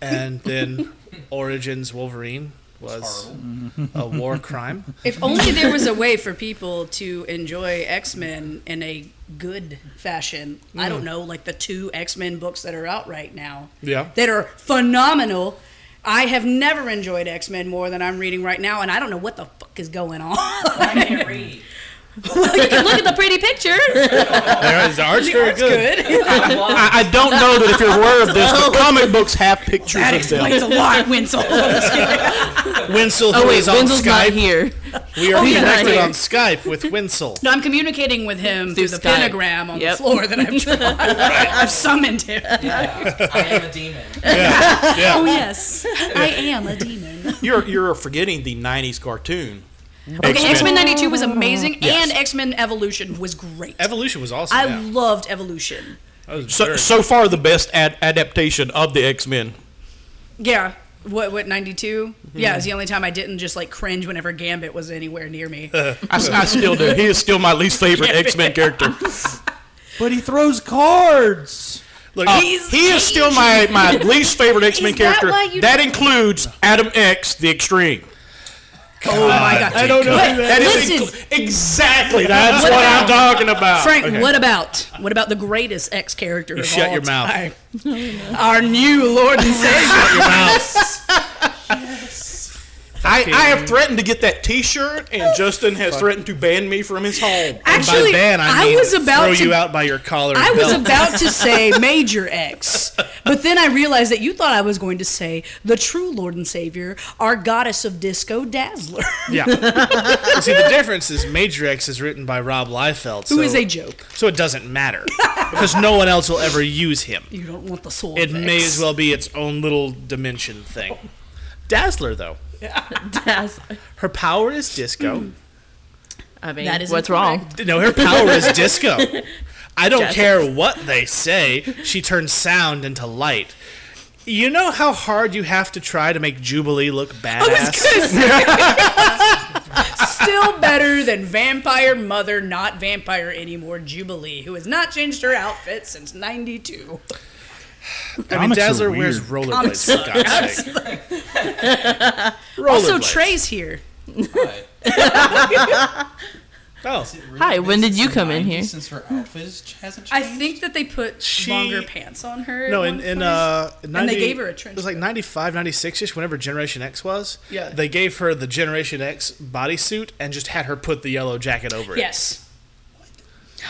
[SPEAKER 1] and then Origins Wolverine was a war crime.
[SPEAKER 2] If only there was a way for people to enjoy X Men in a good fashion. I don't know, like the two X Men books that are out right now.
[SPEAKER 1] Yeah.
[SPEAKER 2] That are phenomenal. I have never enjoyed X Men more than I'm reading right now, and I don't know what the fuck is going on.
[SPEAKER 7] I can't read.
[SPEAKER 2] Well, you can look at the pretty picture.
[SPEAKER 1] There is- the art's very
[SPEAKER 2] That's
[SPEAKER 1] good.
[SPEAKER 2] good.
[SPEAKER 7] I love
[SPEAKER 6] I, I don't know that if you're aware of this, but comic books have pictures
[SPEAKER 2] That
[SPEAKER 6] of them.
[SPEAKER 2] explains a lot, Winslow.
[SPEAKER 1] Winsel, who
[SPEAKER 5] Oh wait,
[SPEAKER 1] is on
[SPEAKER 5] Wenzel's not
[SPEAKER 1] Skype,
[SPEAKER 5] here.
[SPEAKER 1] we are
[SPEAKER 5] he's not
[SPEAKER 1] connected
[SPEAKER 5] here.
[SPEAKER 1] on Skype with Winsel.
[SPEAKER 2] No, I'm communicating with him through,
[SPEAKER 5] Through
[SPEAKER 2] the
[SPEAKER 5] Skype.
[SPEAKER 2] pentagram on
[SPEAKER 5] Yep.
[SPEAKER 2] the floor that I've drawn. I've summoned him.
[SPEAKER 7] yeah. I am a demon.
[SPEAKER 2] Oh yes, I am a demon.
[SPEAKER 6] You're you're forgetting the '90s cartoon.
[SPEAKER 2] Okay, X Men '92 was amazing,
[SPEAKER 6] Yes.
[SPEAKER 2] and X Men Evolution was great.
[SPEAKER 1] Evolution was awesome.
[SPEAKER 2] I
[SPEAKER 1] yeah.
[SPEAKER 2] loved Evolution.
[SPEAKER 1] That was
[SPEAKER 6] So
[SPEAKER 1] very-
[SPEAKER 6] so far, the best ad- adaptation of the X Men.
[SPEAKER 2] Yeah. What what '92?
[SPEAKER 1] Mm-hmm.
[SPEAKER 2] Yeah, it was the only time I didn't just like cringe whenever Gambit was anywhere near me.
[SPEAKER 6] I, s- I still do. He is still my least favorite X Men character.
[SPEAKER 4] But he throws cards.
[SPEAKER 1] Look,
[SPEAKER 6] Uh,
[SPEAKER 1] he-
[SPEAKER 6] he is still my, my least favorite X Men
[SPEAKER 2] Is that
[SPEAKER 6] character.
[SPEAKER 2] why you
[SPEAKER 6] That
[SPEAKER 2] don't-
[SPEAKER 6] includes Adam X, the Extreme.
[SPEAKER 2] oh my god!
[SPEAKER 1] I don't know.
[SPEAKER 2] But
[SPEAKER 1] who that-
[SPEAKER 6] That is
[SPEAKER 2] listen,
[SPEAKER 6] inc- exactly. That's
[SPEAKER 2] What
[SPEAKER 6] what, I'm talking about.
[SPEAKER 2] Frank,
[SPEAKER 6] Okay.
[SPEAKER 2] what about what about the greatest X character?
[SPEAKER 1] You
[SPEAKER 2] of
[SPEAKER 1] shut
[SPEAKER 2] all
[SPEAKER 1] your mouth.
[SPEAKER 2] time? Our new Lord and Savior.
[SPEAKER 1] your mouth.
[SPEAKER 6] I, I have threatened to get that T-shirt, and Justin has threatened to ban me from his home.
[SPEAKER 2] Actually,
[SPEAKER 1] by ban, I,
[SPEAKER 2] I
[SPEAKER 1] mean
[SPEAKER 2] was about
[SPEAKER 1] throw
[SPEAKER 2] to-
[SPEAKER 1] you out by your collar. and
[SPEAKER 2] I was
[SPEAKER 1] belt.
[SPEAKER 2] about to say Major X, but then I realized that you thought I was going to say the true Lord and Savior, our goddess of disco, Dazzler,
[SPEAKER 1] Yeah. You See, the difference is Major X is written by Rob Liefeld, so,
[SPEAKER 2] who is a joke.
[SPEAKER 1] so it doesn't matter because no one else will ever use him.
[SPEAKER 2] You don't want the soul.
[SPEAKER 1] It
[SPEAKER 2] of
[SPEAKER 1] may
[SPEAKER 2] X.
[SPEAKER 1] as well be its own little dimension thing. Dazzler, though, her power is
[SPEAKER 4] Hmm.
[SPEAKER 1] disco.
[SPEAKER 5] I mean,
[SPEAKER 2] That is
[SPEAKER 5] what's wrong?
[SPEAKER 1] no, her power is disco. I don't
[SPEAKER 5] Jazz
[SPEAKER 1] care what they say. She turns sound into light. You know how hard you have to try to make Jubilee
[SPEAKER 2] Oh,
[SPEAKER 1] look badass.
[SPEAKER 2] Still better than Vampire Mother, not Vampire anymore, Jubilee, who has not changed her outfit since '92.
[SPEAKER 1] I mean,
[SPEAKER 4] Comics are
[SPEAKER 1] Dazzler wears
[SPEAKER 4] weird.
[SPEAKER 1] rollerblades. For God's sake.
[SPEAKER 2] Also,
[SPEAKER 1] Rollerblades.
[SPEAKER 2] Trey's here.
[SPEAKER 3] Right.
[SPEAKER 1] Oh,
[SPEAKER 5] Hi, when did you come in here?
[SPEAKER 3] Since her outfit is- hasn't changed.
[SPEAKER 2] I think that they put
[SPEAKER 1] She-
[SPEAKER 2] longer pants on her. at
[SPEAKER 1] no,
[SPEAKER 2] one
[SPEAKER 1] in, in
[SPEAKER 2] point.
[SPEAKER 1] uh, 90,
[SPEAKER 2] they gave her a
[SPEAKER 1] It
[SPEAKER 2] trench
[SPEAKER 1] was like 95, 96 ish, whenever Generation X was.
[SPEAKER 2] Yeah.
[SPEAKER 1] They gave her the Generation X bodysuit and just had her put the yellow jacket over it.
[SPEAKER 2] yes.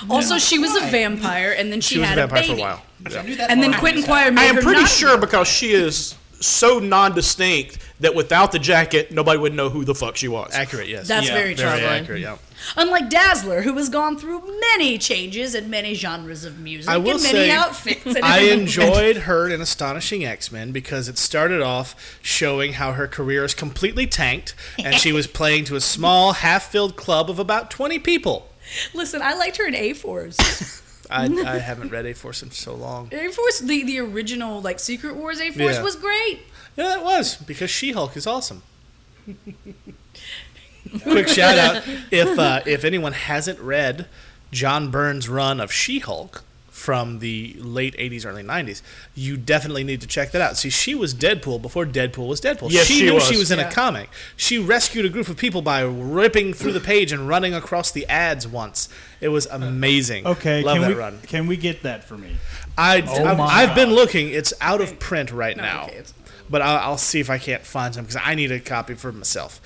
[SPEAKER 2] Also, she was a vampire, and then she,
[SPEAKER 1] She was a
[SPEAKER 2] had
[SPEAKER 1] vampire
[SPEAKER 2] baby.
[SPEAKER 1] for a while. Yeah.
[SPEAKER 3] I knew that
[SPEAKER 2] And then
[SPEAKER 3] line
[SPEAKER 2] Quentin
[SPEAKER 3] was
[SPEAKER 2] Quire made
[SPEAKER 6] I am
[SPEAKER 2] her
[SPEAKER 6] pretty
[SPEAKER 2] not-
[SPEAKER 6] sure because she is so non-distinct that without the jacket, nobody would know who the fuck she was.
[SPEAKER 1] Accurate, yes.
[SPEAKER 2] That's
[SPEAKER 3] Yeah,
[SPEAKER 2] very
[SPEAKER 1] very
[SPEAKER 2] troubling.
[SPEAKER 1] accurate, yeah.
[SPEAKER 2] Unlike Dazzler, who has gone through many changes and many genres of music
[SPEAKER 1] I will
[SPEAKER 2] and many
[SPEAKER 1] say,
[SPEAKER 2] outfits. And
[SPEAKER 1] I
[SPEAKER 2] everything.
[SPEAKER 1] enjoyed her in Astonishing X Men because it started off showing how her career is completely tanked and she was playing to a small, half filled club of about 20 people.
[SPEAKER 2] Listen, I liked her in A Force.
[SPEAKER 1] I, I haven't read A Force in so long.
[SPEAKER 2] A Force, the, the original like Secret Wars A Force
[SPEAKER 1] Yeah.
[SPEAKER 2] was great.
[SPEAKER 1] Yeah, it was because She Hulk is awesome. Quick shout out if uh, if anyone hasn't read John Burns' run of She Hulk from the late '80s, early '90s, you definitely need to check that out. See, she was Deadpool before Deadpool was Deadpool.
[SPEAKER 6] Yes, she
[SPEAKER 1] knew
[SPEAKER 6] was.
[SPEAKER 1] she was in a comic. She rescued a group of people by ripping through the page and running across the ads once. It was amazing.
[SPEAKER 4] Okay,
[SPEAKER 1] love
[SPEAKER 4] can
[SPEAKER 1] that
[SPEAKER 4] we
[SPEAKER 1] run.
[SPEAKER 4] can we get that for me?
[SPEAKER 1] I,
[SPEAKER 4] my
[SPEAKER 1] I, have been looking. It's out of print right now,
[SPEAKER 2] okay, it's-
[SPEAKER 1] but I'll, I'll see if I can't find some because I need a copy for myself.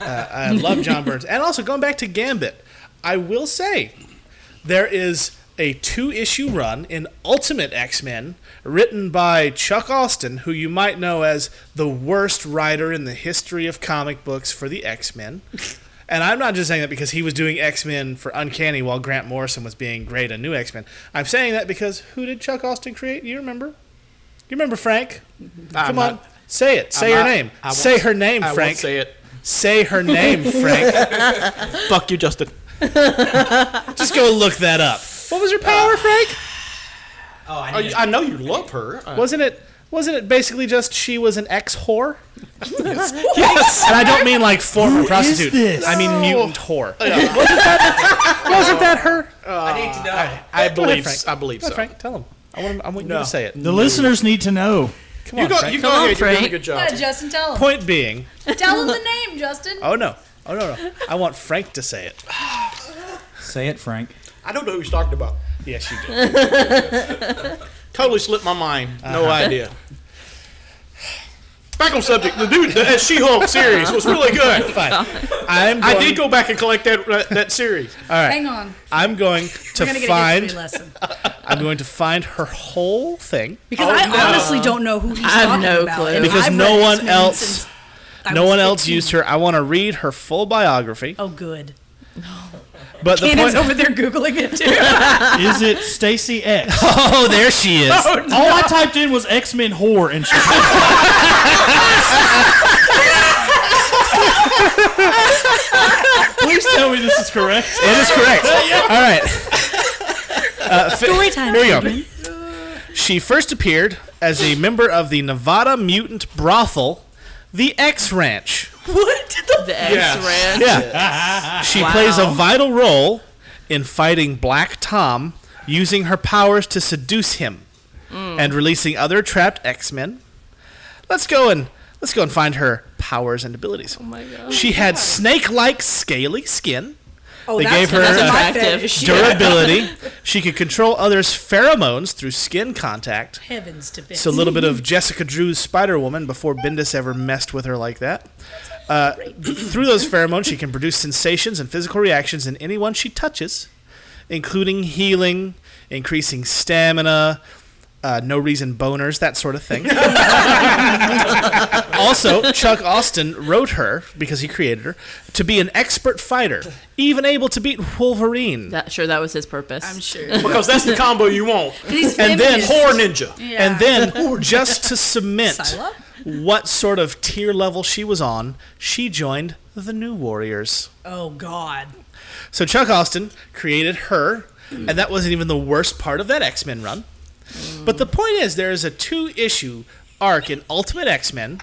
[SPEAKER 1] Uh, I love John Burns, and also going back to Gambit, I will say there is a two-issue run in Ultimate X-Men written by Chuck Austin, who you might know as the worst writer in the history of comic books for the X-Men. And I'm not just saying that because he was doing X Men for Uncanny while Grant Morrison was being great on New X Men. I'm saying that because who did Chuck Austin create? You remember? You remember Frank? Come on,
[SPEAKER 6] not-
[SPEAKER 1] say it. Say
[SPEAKER 6] I'm
[SPEAKER 1] her
[SPEAKER 6] not-
[SPEAKER 1] name.
[SPEAKER 6] I won't-
[SPEAKER 1] Say her name,
[SPEAKER 6] I
[SPEAKER 1] Frank.
[SPEAKER 6] won't say it.
[SPEAKER 1] Say her name, Frank.
[SPEAKER 6] Fuck you, Justin.
[SPEAKER 1] Just go look that up. What
[SPEAKER 6] Uh,
[SPEAKER 1] was her power, Frank?
[SPEAKER 7] Oh, I
[SPEAKER 6] Oh,
[SPEAKER 7] need
[SPEAKER 6] you- I know you love her. Uh,
[SPEAKER 1] Wasn't it? Wasn't it basically just she was an ex whore? yes. And I don't mean like former
[SPEAKER 4] is
[SPEAKER 1] prostitute.
[SPEAKER 4] this?
[SPEAKER 1] I
[SPEAKER 6] Oh.
[SPEAKER 1] mean mutant whore.
[SPEAKER 6] Uh,
[SPEAKER 1] Wasn't that her?
[SPEAKER 7] I need to know.
[SPEAKER 6] I
[SPEAKER 1] Go ahead,
[SPEAKER 6] believe.
[SPEAKER 1] Frank.
[SPEAKER 6] I believe
[SPEAKER 1] Go ahead,
[SPEAKER 6] so.
[SPEAKER 1] Frank, tell him. I want. Him, I want
[SPEAKER 6] No.
[SPEAKER 1] you to say it.
[SPEAKER 4] The listeners need to know.
[SPEAKER 1] Come
[SPEAKER 6] You
[SPEAKER 1] on,
[SPEAKER 6] go.
[SPEAKER 1] Frank.
[SPEAKER 6] You go
[SPEAKER 5] Come on,
[SPEAKER 6] ahead. You're doing a
[SPEAKER 5] Frank.
[SPEAKER 6] good job.
[SPEAKER 2] Yeah, Justin, tell him.
[SPEAKER 1] Point being,
[SPEAKER 2] Tell him the name, Justin.
[SPEAKER 1] oh no, oh no, no. I want Frank to say it.
[SPEAKER 3] Say it, Frank.
[SPEAKER 6] I don't know who he's talking about.
[SPEAKER 1] Yes, you do.
[SPEAKER 6] Totally slipped my mind.
[SPEAKER 1] Uh-huh.
[SPEAKER 6] No idea. Back on subject. The dude, that She-Hulk series was really good.
[SPEAKER 1] Fine. I'm. Going,
[SPEAKER 6] I did go back and collect that that, that series.
[SPEAKER 2] Hang on.
[SPEAKER 1] I'm going
[SPEAKER 2] We're
[SPEAKER 1] to
[SPEAKER 2] going to get a history
[SPEAKER 1] find.
[SPEAKER 2] lesson.
[SPEAKER 1] I'm going to find her whole thing
[SPEAKER 2] Because I honestly don't know who he's
[SPEAKER 5] I have
[SPEAKER 2] talking
[SPEAKER 5] no
[SPEAKER 2] about.
[SPEAKER 5] clue.
[SPEAKER 2] and
[SPEAKER 1] because
[SPEAKER 2] I've
[SPEAKER 1] no
[SPEAKER 2] read
[SPEAKER 1] one
[SPEAKER 2] X-Men
[SPEAKER 1] else,
[SPEAKER 2] since I
[SPEAKER 1] no
[SPEAKER 2] was
[SPEAKER 1] one else
[SPEAKER 2] 15.
[SPEAKER 1] used her. I want to read her full biography.
[SPEAKER 2] Oh, good.
[SPEAKER 1] But the
[SPEAKER 2] Cannon's
[SPEAKER 1] point.
[SPEAKER 2] over there googling it too.
[SPEAKER 4] Is it Stacy X?
[SPEAKER 1] Oh, there she is.
[SPEAKER 4] All I typed in was X Men whore, and she. Please tell me this is correct.
[SPEAKER 1] That is correct. All right. Uh, fi-
[SPEAKER 2] Story time,
[SPEAKER 1] Here we go. She first appeared as a member of the Nevada Mutant Brothel, the X Ranch.
[SPEAKER 2] what the?
[SPEAKER 5] The X ran.
[SPEAKER 1] Yeah. she plays a vital role in fighting Black Tom using her powers to seduce him
[SPEAKER 5] Hmm.
[SPEAKER 1] and releasing other trapped X-Men. Let's go and let's go and find her powers and abilities.
[SPEAKER 5] Oh my gosh.
[SPEAKER 1] She had snake-like scaly skin,
[SPEAKER 2] Oh,
[SPEAKER 1] They
[SPEAKER 2] that's,
[SPEAKER 1] gave her
[SPEAKER 2] that's my
[SPEAKER 5] attractive.
[SPEAKER 2] fetish.
[SPEAKER 1] durability. she could control others' pheromones through skin contact.
[SPEAKER 2] Heavens to bend.
[SPEAKER 1] So a little bit of Jessica Drew's Spider Woman before Bendis ever messed with her like that. Uh, through those pheromones, she can produce sensations and physical reactions in anyone she touches, including healing, increasing stamina, uh, no reason boners, that sort of thing. also, Chuck Austin wrote her, because he created her, to be an expert fighter, even able to beat Wolverine.
[SPEAKER 5] That, sure, that was his purpose.
[SPEAKER 2] I'm sure.
[SPEAKER 6] Because that's the combo you want.
[SPEAKER 2] These
[SPEAKER 1] And then
[SPEAKER 2] feminists-
[SPEAKER 6] Horror ninja.
[SPEAKER 2] Yeah.
[SPEAKER 1] And then, just to cement
[SPEAKER 2] Psylocke?
[SPEAKER 1] what sort of tier level she was on, she joined the New Warriors.
[SPEAKER 2] Oh God.
[SPEAKER 1] So Chuck Austin created her, and that wasn't even the worst part of that X Men run. But the point is, there is a two issue arc in Ultimate X Men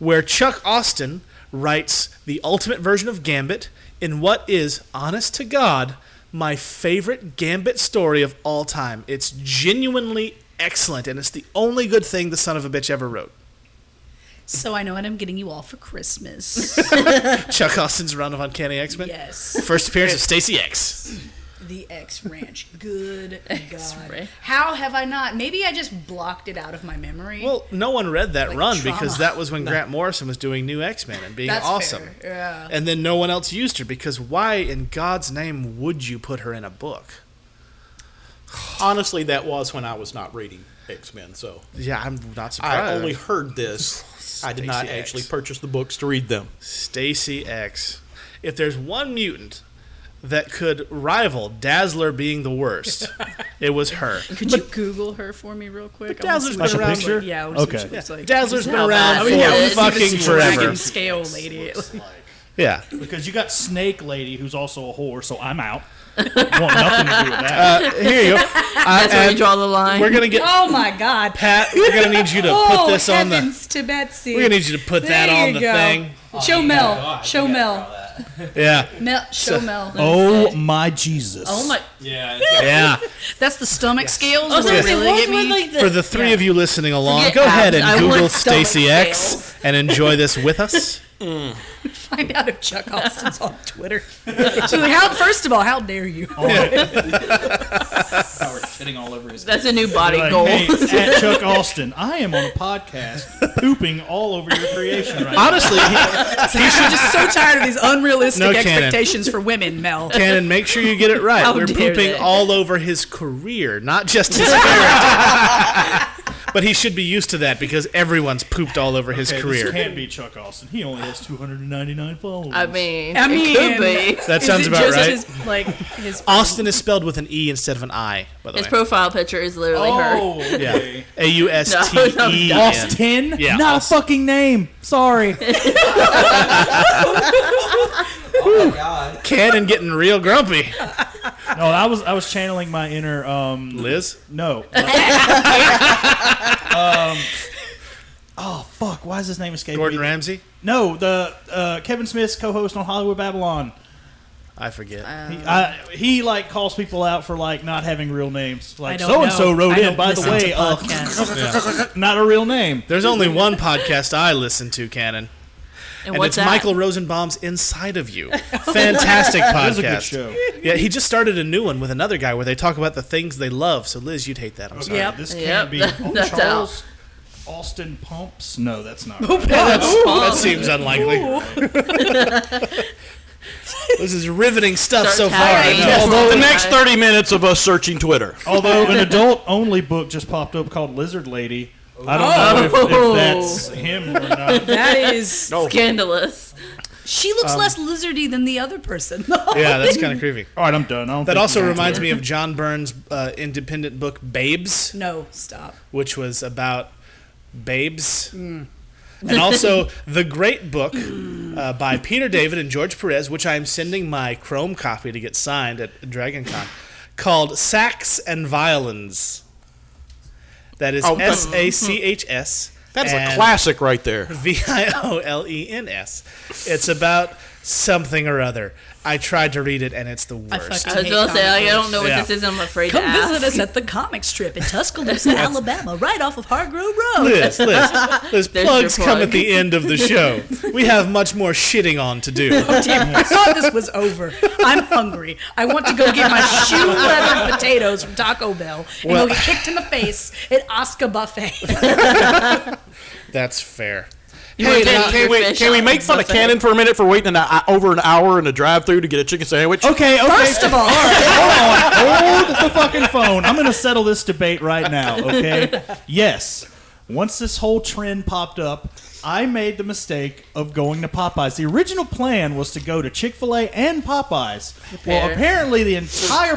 [SPEAKER 1] where Chuck Austin writes the ultimate version of Gambit in what is, honest to God, my favorite Gambit story of all time. It's genuinely excellent, and it's the only good thing the son of a bitch ever wrote.
[SPEAKER 2] So I know what I'm getting you all for Christmas.
[SPEAKER 1] Chuck Austin's run of Uncanny X Men.
[SPEAKER 2] yes,
[SPEAKER 1] First appearance of Stacy X.
[SPEAKER 2] the X Ranch. Good God,
[SPEAKER 5] Ranch.
[SPEAKER 2] how have I not? Maybe I just blocked it out of my memory.
[SPEAKER 1] Well, no one read that
[SPEAKER 2] Like
[SPEAKER 1] run
[SPEAKER 2] trauma.
[SPEAKER 1] because that was when Grant Morrison was doing New X Men and being
[SPEAKER 2] That's
[SPEAKER 1] awesome.
[SPEAKER 2] fair, yeah.
[SPEAKER 1] And then no one else used her because why in God's name would you put her in a book?
[SPEAKER 6] Honestly, that was when I was not reading X Men, so
[SPEAKER 1] Yeah, I'm not surprised.
[SPEAKER 6] I only heard this. I did not
[SPEAKER 1] Stacey X.
[SPEAKER 6] actually purchase the books to read them.
[SPEAKER 1] Stacy X. If there's one mutant that could rival Dazzler being the worst, it was her.
[SPEAKER 2] could you Google her for me real quick? I wanna
[SPEAKER 1] Dazzler's
[SPEAKER 2] see
[SPEAKER 1] been
[SPEAKER 2] what
[SPEAKER 1] around-
[SPEAKER 2] she looks like.
[SPEAKER 4] Picture?
[SPEAKER 2] Yeah, I wanna see what
[SPEAKER 4] Okay.
[SPEAKER 2] she looks like.
[SPEAKER 1] Dazzler's been around
[SPEAKER 5] not bad. I
[SPEAKER 1] for
[SPEAKER 5] mean, yeah, it's
[SPEAKER 1] fucking forever.
[SPEAKER 2] Dragon scale lady.
[SPEAKER 1] Yeah.
[SPEAKER 4] Because you got Snake Lady, who's also a whore, so I'm out. Want nothing to do with that.
[SPEAKER 1] Here you go.
[SPEAKER 5] That's where you draw the line.
[SPEAKER 1] We're gonna get
[SPEAKER 2] Oh my God!
[SPEAKER 1] Pat. We're gonna need you to
[SPEAKER 2] oh
[SPEAKER 1] put this on the.
[SPEAKER 2] heavens to Betsy.
[SPEAKER 1] We're gonna need you to put that
[SPEAKER 2] There
[SPEAKER 1] on
[SPEAKER 2] you
[SPEAKER 1] the
[SPEAKER 2] go.
[SPEAKER 1] thing.
[SPEAKER 2] Show Mel. show
[SPEAKER 7] All
[SPEAKER 2] Mel.
[SPEAKER 7] that.
[SPEAKER 1] Yeah.
[SPEAKER 2] Mel. Show Mel.
[SPEAKER 4] Oh my Jesus!
[SPEAKER 5] oh my!
[SPEAKER 7] Yeah.
[SPEAKER 1] Yeah.
[SPEAKER 2] That's the stomach scales.
[SPEAKER 5] I was
[SPEAKER 2] where it
[SPEAKER 5] gonna say,
[SPEAKER 2] really
[SPEAKER 5] what
[SPEAKER 2] get me.
[SPEAKER 5] was like the,
[SPEAKER 1] For the three of you listening along,
[SPEAKER 5] Forget
[SPEAKER 1] go ahead and
[SPEAKER 5] abs, I
[SPEAKER 1] Google
[SPEAKER 5] want stomach
[SPEAKER 1] Stacy X
[SPEAKER 5] scales.
[SPEAKER 1] and enjoy this with us.
[SPEAKER 2] find out if Chuck Austin's on Twitter. So how? First of all, how dare you?
[SPEAKER 7] Howard shitting all over his.
[SPEAKER 5] That's a new body
[SPEAKER 4] Like,
[SPEAKER 5] goal.
[SPEAKER 4] hey, at Chuck Austin, I am on a podcast pooping all over your creation right now.
[SPEAKER 1] Honestly, he-
[SPEAKER 2] I'm just so tired of these unrealistic
[SPEAKER 1] No cannon.
[SPEAKER 2] expectations for women, Mel.
[SPEAKER 1] Cannon, make sure you get it right.
[SPEAKER 5] How
[SPEAKER 1] We're
[SPEAKER 5] dare
[SPEAKER 1] pooping
[SPEAKER 5] they.
[SPEAKER 1] all over his career, not just his character. but he should be used to that because everyone's pooped all over his
[SPEAKER 4] Okay,
[SPEAKER 1] career.
[SPEAKER 4] This can't be Chuck Austin. He only has 299 followers.
[SPEAKER 5] I mean,
[SPEAKER 2] I
[SPEAKER 5] it
[SPEAKER 2] mean-
[SPEAKER 5] could be.
[SPEAKER 1] That
[SPEAKER 2] Is
[SPEAKER 1] sounds
[SPEAKER 2] it
[SPEAKER 1] about
[SPEAKER 2] just
[SPEAKER 1] right.
[SPEAKER 2] His, like his
[SPEAKER 1] Austin is spelled with an E instead of an I, by the
[SPEAKER 5] His
[SPEAKER 1] way.
[SPEAKER 5] profile picture is literally her.
[SPEAKER 7] Oh,
[SPEAKER 1] yeah.
[SPEAKER 7] okay.
[SPEAKER 1] A U S T E.
[SPEAKER 5] No, no,
[SPEAKER 4] Austin,
[SPEAKER 1] Yeah,
[SPEAKER 4] not
[SPEAKER 1] Austin.
[SPEAKER 4] a fucking name. Sorry.
[SPEAKER 7] Oh my god.
[SPEAKER 1] Cannon getting real grumpy.
[SPEAKER 4] No, Oh, I was I was channeling my inner um
[SPEAKER 1] Liz?
[SPEAKER 4] no. um Oh fuck, why is his name escaping
[SPEAKER 1] Gordon
[SPEAKER 4] me?
[SPEAKER 1] Ramsay?
[SPEAKER 4] No, the uh, Kevin Smith's co-host on Hollywood Babylon.
[SPEAKER 1] I forget.
[SPEAKER 5] Uh,
[SPEAKER 4] He,
[SPEAKER 2] Oh.
[SPEAKER 4] I, he like calls people out for like not having real names.
[SPEAKER 2] I
[SPEAKER 4] Like
[SPEAKER 2] don't
[SPEAKER 4] so and so
[SPEAKER 2] know.
[SPEAKER 4] wrote
[SPEAKER 2] I
[SPEAKER 4] in
[SPEAKER 2] don't
[SPEAKER 4] by the
[SPEAKER 2] listen to
[SPEAKER 4] way, uh,
[SPEAKER 2] podcasts.
[SPEAKER 4] not a real name.
[SPEAKER 1] There's only one podcast I listen to, Cannon.
[SPEAKER 5] And,
[SPEAKER 1] And it's
[SPEAKER 5] what's that?
[SPEAKER 1] Michael Rosenbaum's Inside of You. Fantastic podcast.
[SPEAKER 4] It was a good show.
[SPEAKER 1] Yeah, he just started a new one with another guy where they talk about the things they love. So Liz, you'd hate that. I'm sorry.
[SPEAKER 2] Yep.
[SPEAKER 4] This
[SPEAKER 5] Yep,
[SPEAKER 4] can't be
[SPEAKER 5] that-
[SPEAKER 4] oh,
[SPEAKER 5] that's out.
[SPEAKER 4] Charles Austin Pumps. No, that's not. Right.
[SPEAKER 1] That seems unlikely. this is riveting stuff so
[SPEAKER 5] Start
[SPEAKER 1] far.
[SPEAKER 5] typing.
[SPEAKER 1] I know.
[SPEAKER 5] Yes. Oh
[SPEAKER 6] Although the next
[SPEAKER 5] I-
[SPEAKER 6] 30 minutes of us searching Twitter.
[SPEAKER 4] Although an adult-only book just popped up called Lizard Lady. I don't know if,
[SPEAKER 5] Oh.
[SPEAKER 4] if that's him or not.
[SPEAKER 2] that is.
[SPEAKER 5] Scandalous.
[SPEAKER 2] She looks less lizardy than the other person.
[SPEAKER 1] Um, Yeah, that's kind of creepy.
[SPEAKER 4] All right, I'm done. I don't
[SPEAKER 1] That
[SPEAKER 4] think
[SPEAKER 1] also
[SPEAKER 4] we need
[SPEAKER 1] reminds
[SPEAKER 4] to-
[SPEAKER 1] me of John Burns' uh, independent book Babes,
[SPEAKER 2] no, stop.
[SPEAKER 1] which was about babes.
[SPEAKER 6] Hmm.
[SPEAKER 1] And also the great book uh, by Peter David and George Perez, which I'm sending my Chrome copy to get signed at DragonCon, called Sacks and Violins. That is
[SPEAKER 6] Oh, that-
[SPEAKER 1] S A C H S.
[SPEAKER 6] That is a
[SPEAKER 1] and
[SPEAKER 6] classic right there.
[SPEAKER 1] V I O L E N S. It's about something or other. I tried to read it and it's the worst.
[SPEAKER 5] I was gonna say, like, I don't know what
[SPEAKER 1] Yeah.
[SPEAKER 5] this is. I'm afraid
[SPEAKER 2] Come
[SPEAKER 5] to ask.
[SPEAKER 2] visit us at the comic strip in Tuscaloosa, Alabama, right off of Hargrove Road.
[SPEAKER 1] Liz, Liz, Liz,
[SPEAKER 5] your
[SPEAKER 1] plugs come
[SPEAKER 5] plug.
[SPEAKER 1] at the end of the show. We have much more shitting on to do.
[SPEAKER 2] Oh, Damn, I thought this was over. I'm hungry. I want to go get my shoe leather potatoes from Taco Bell and
[SPEAKER 1] Well-
[SPEAKER 2] go get kicked in the face at Oscar Buffet.
[SPEAKER 1] That's fair.
[SPEAKER 5] wanna
[SPEAKER 6] Hey,
[SPEAKER 5] get
[SPEAKER 6] now, can,
[SPEAKER 5] your
[SPEAKER 6] we,
[SPEAKER 5] fish
[SPEAKER 6] can we
[SPEAKER 5] on
[SPEAKER 6] make fun of
[SPEAKER 5] buffet?
[SPEAKER 6] Cannon for a minute for waiting an, hou- over an hour in a drive through to get a chicken sandwich?
[SPEAKER 4] Okay, okay.
[SPEAKER 2] First of all,
[SPEAKER 4] Hold the fucking phone. I'm going to settle this debate right now, okay? Yes. Once this whole trend popped up, I made the mistake of going to Popeyes. The original plan was to go to Chick fil A and Popeyes. Well,
[SPEAKER 5] Fair.
[SPEAKER 4] apparently, the entire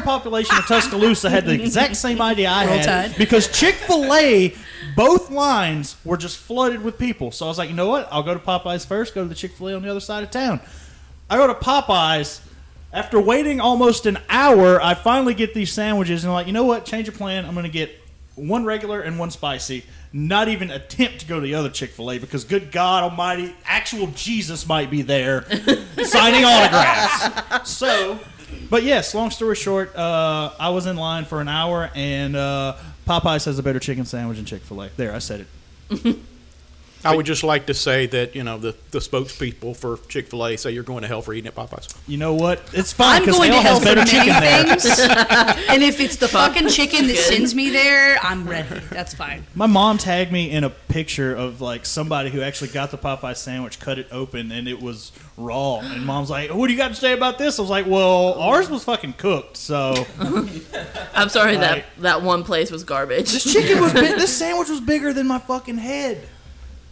[SPEAKER 4] population of Tuscaloosa had the exact same idea I had
[SPEAKER 2] Tide.
[SPEAKER 4] because Chick fil A, both lines were just flooded with people. So I was like, you know what? I'll go to Popeyes first, go to the Chick fil A on the other side of town. I go to Popeyes. After waiting almost an hour, I finally get these sandwiches and I'm like, you know what? Change of plan. I'm going to get one regular and one spicy. Not even attempt to go to the other Chick fil A because good God Almighty, actual Jesus might be there signing autographs. So, but yes, long story short, uh, I was in line for an hour and uh, Popeyes has a better chicken sandwich than Chick fil A. There, I said it.
[SPEAKER 6] I would just like to say that you know the, the spokespeople for Chick Fil A say you're going to hell for eating at Popeyes.
[SPEAKER 4] You know what? It's
[SPEAKER 2] I'm
[SPEAKER 4] fine because
[SPEAKER 2] going to
[SPEAKER 4] hell
[SPEAKER 2] hell
[SPEAKER 4] has
[SPEAKER 2] for
[SPEAKER 4] better
[SPEAKER 2] many
[SPEAKER 4] chicken there.
[SPEAKER 2] things, and if it's the fucking chicken that sends me there, I'm ready. That's fine.
[SPEAKER 4] My mom tagged me in a picture of like somebody who actually got the Popeye sandwich, cut it open, and it was raw. And mom's like, "What do you got to say about this?" I was like, "Well, ours was fucking cooked, so
[SPEAKER 5] I'm sorry that
[SPEAKER 4] Right.
[SPEAKER 5] that one place was garbage.
[SPEAKER 4] this chicken was big, this sandwich was bigger than my fucking head.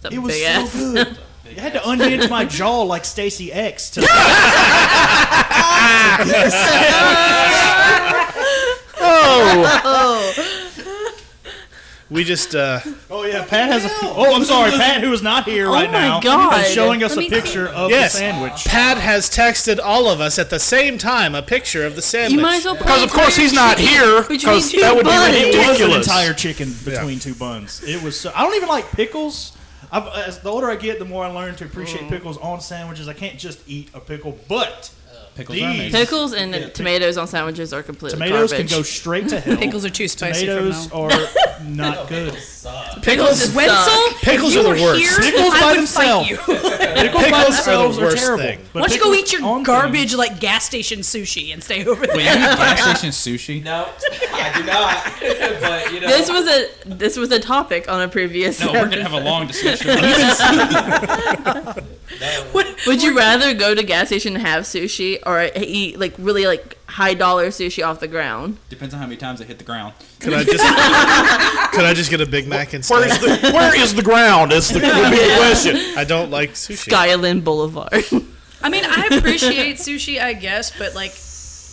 [SPEAKER 5] It's a
[SPEAKER 4] It was
[SPEAKER 5] big
[SPEAKER 4] so
[SPEAKER 5] ass.
[SPEAKER 4] good. I had to unhinge my jaw like Stacy X to.
[SPEAKER 1] We just uh,
[SPEAKER 4] Oh yeah, Pat has. A, oh, I'm sorry, Pat, who is not here right
[SPEAKER 5] my
[SPEAKER 4] now,
[SPEAKER 5] God.
[SPEAKER 4] is showing us
[SPEAKER 2] Oh Let
[SPEAKER 4] a
[SPEAKER 2] me
[SPEAKER 4] picture of
[SPEAKER 1] yes.
[SPEAKER 4] the sandwich.
[SPEAKER 1] Pat has texted all of us at the same time a picture of the sandwich.
[SPEAKER 5] You might as well
[SPEAKER 6] Because of course he's not here.
[SPEAKER 5] Which
[SPEAKER 6] Because
[SPEAKER 5] means you
[SPEAKER 6] that would
[SPEAKER 5] buns.
[SPEAKER 6] be
[SPEAKER 4] It was an
[SPEAKER 6] ridiculous.
[SPEAKER 4] entire chicken between two buns. It was. So, I don't even like pickles. I've, as the older I get, the more I learn to appreciate
[SPEAKER 2] Mm.
[SPEAKER 4] pickles on sandwiches. I can't just eat a pickle, but
[SPEAKER 3] Pickles are amazing.
[SPEAKER 5] Pickles and tomatoes on sandwiches are completely
[SPEAKER 4] tomatoes
[SPEAKER 5] garbage.
[SPEAKER 4] can go straight to hell.
[SPEAKER 2] Pickles are too spicy
[SPEAKER 4] tomatoes
[SPEAKER 2] for
[SPEAKER 4] are not good.
[SPEAKER 5] Pickles
[SPEAKER 2] Pickles
[SPEAKER 5] suck.
[SPEAKER 2] Wenzel,
[SPEAKER 1] Pickles
[SPEAKER 2] if you
[SPEAKER 1] are the
[SPEAKER 2] were
[SPEAKER 1] worst.
[SPEAKER 2] Here,
[SPEAKER 4] Pickles
[SPEAKER 2] I
[SPEAKER 4] by
[SPEAKER 2] would
[SPEAKER 4] themselves.
[SPEAKER 2] Fight you.
[SPEAKER 4] Pickles,
[SPEAKER 1] Pickles are
[SPEAKER 4] by
[SPEAKER 1] the
[SPEAKER 4] themselves are,
[SPEAKER 1] worst
[SPEAKER 4] terrible.
[SPEAKER 1] thing.
[SPEAKER 4] but
[SPEAKER 2] Why don't you go
[SPEAKER 4] pickles
[SPEAKER 2] eat your
[SPEAKER 4] on
[SPEAKER 2] garbage like gas station sushi and stay over
[SPEAKER 3] Wait,
[SPEAKER 2] there?
[SPEAKER 3] you eat gas station sushi?
[SPEAKER 7] No, I do not. but you know,
[SPEAKER 5] This was a this was a topic on a previous.
[SPEAKER 3] No, we're gonna have a long discussion.
[SPEAKER 5] Would you rather go to gas station and have sushi or eat like really like high dollar sushi off the ground?
[SPEAKER 3] Depends on how many times I hit the ground.
[SPEAKER 1] could I just could I just get a Big Mac instead?
[SPEAKER 6] Where's the, where is the ground? Is the, would be the question.
[SPEAKER 1] I don't like sushi.
[SPEAKER 5] Skyland Boulevard.
[SPEAKER 2] I mean, I appreciate sushi, I guess, but like,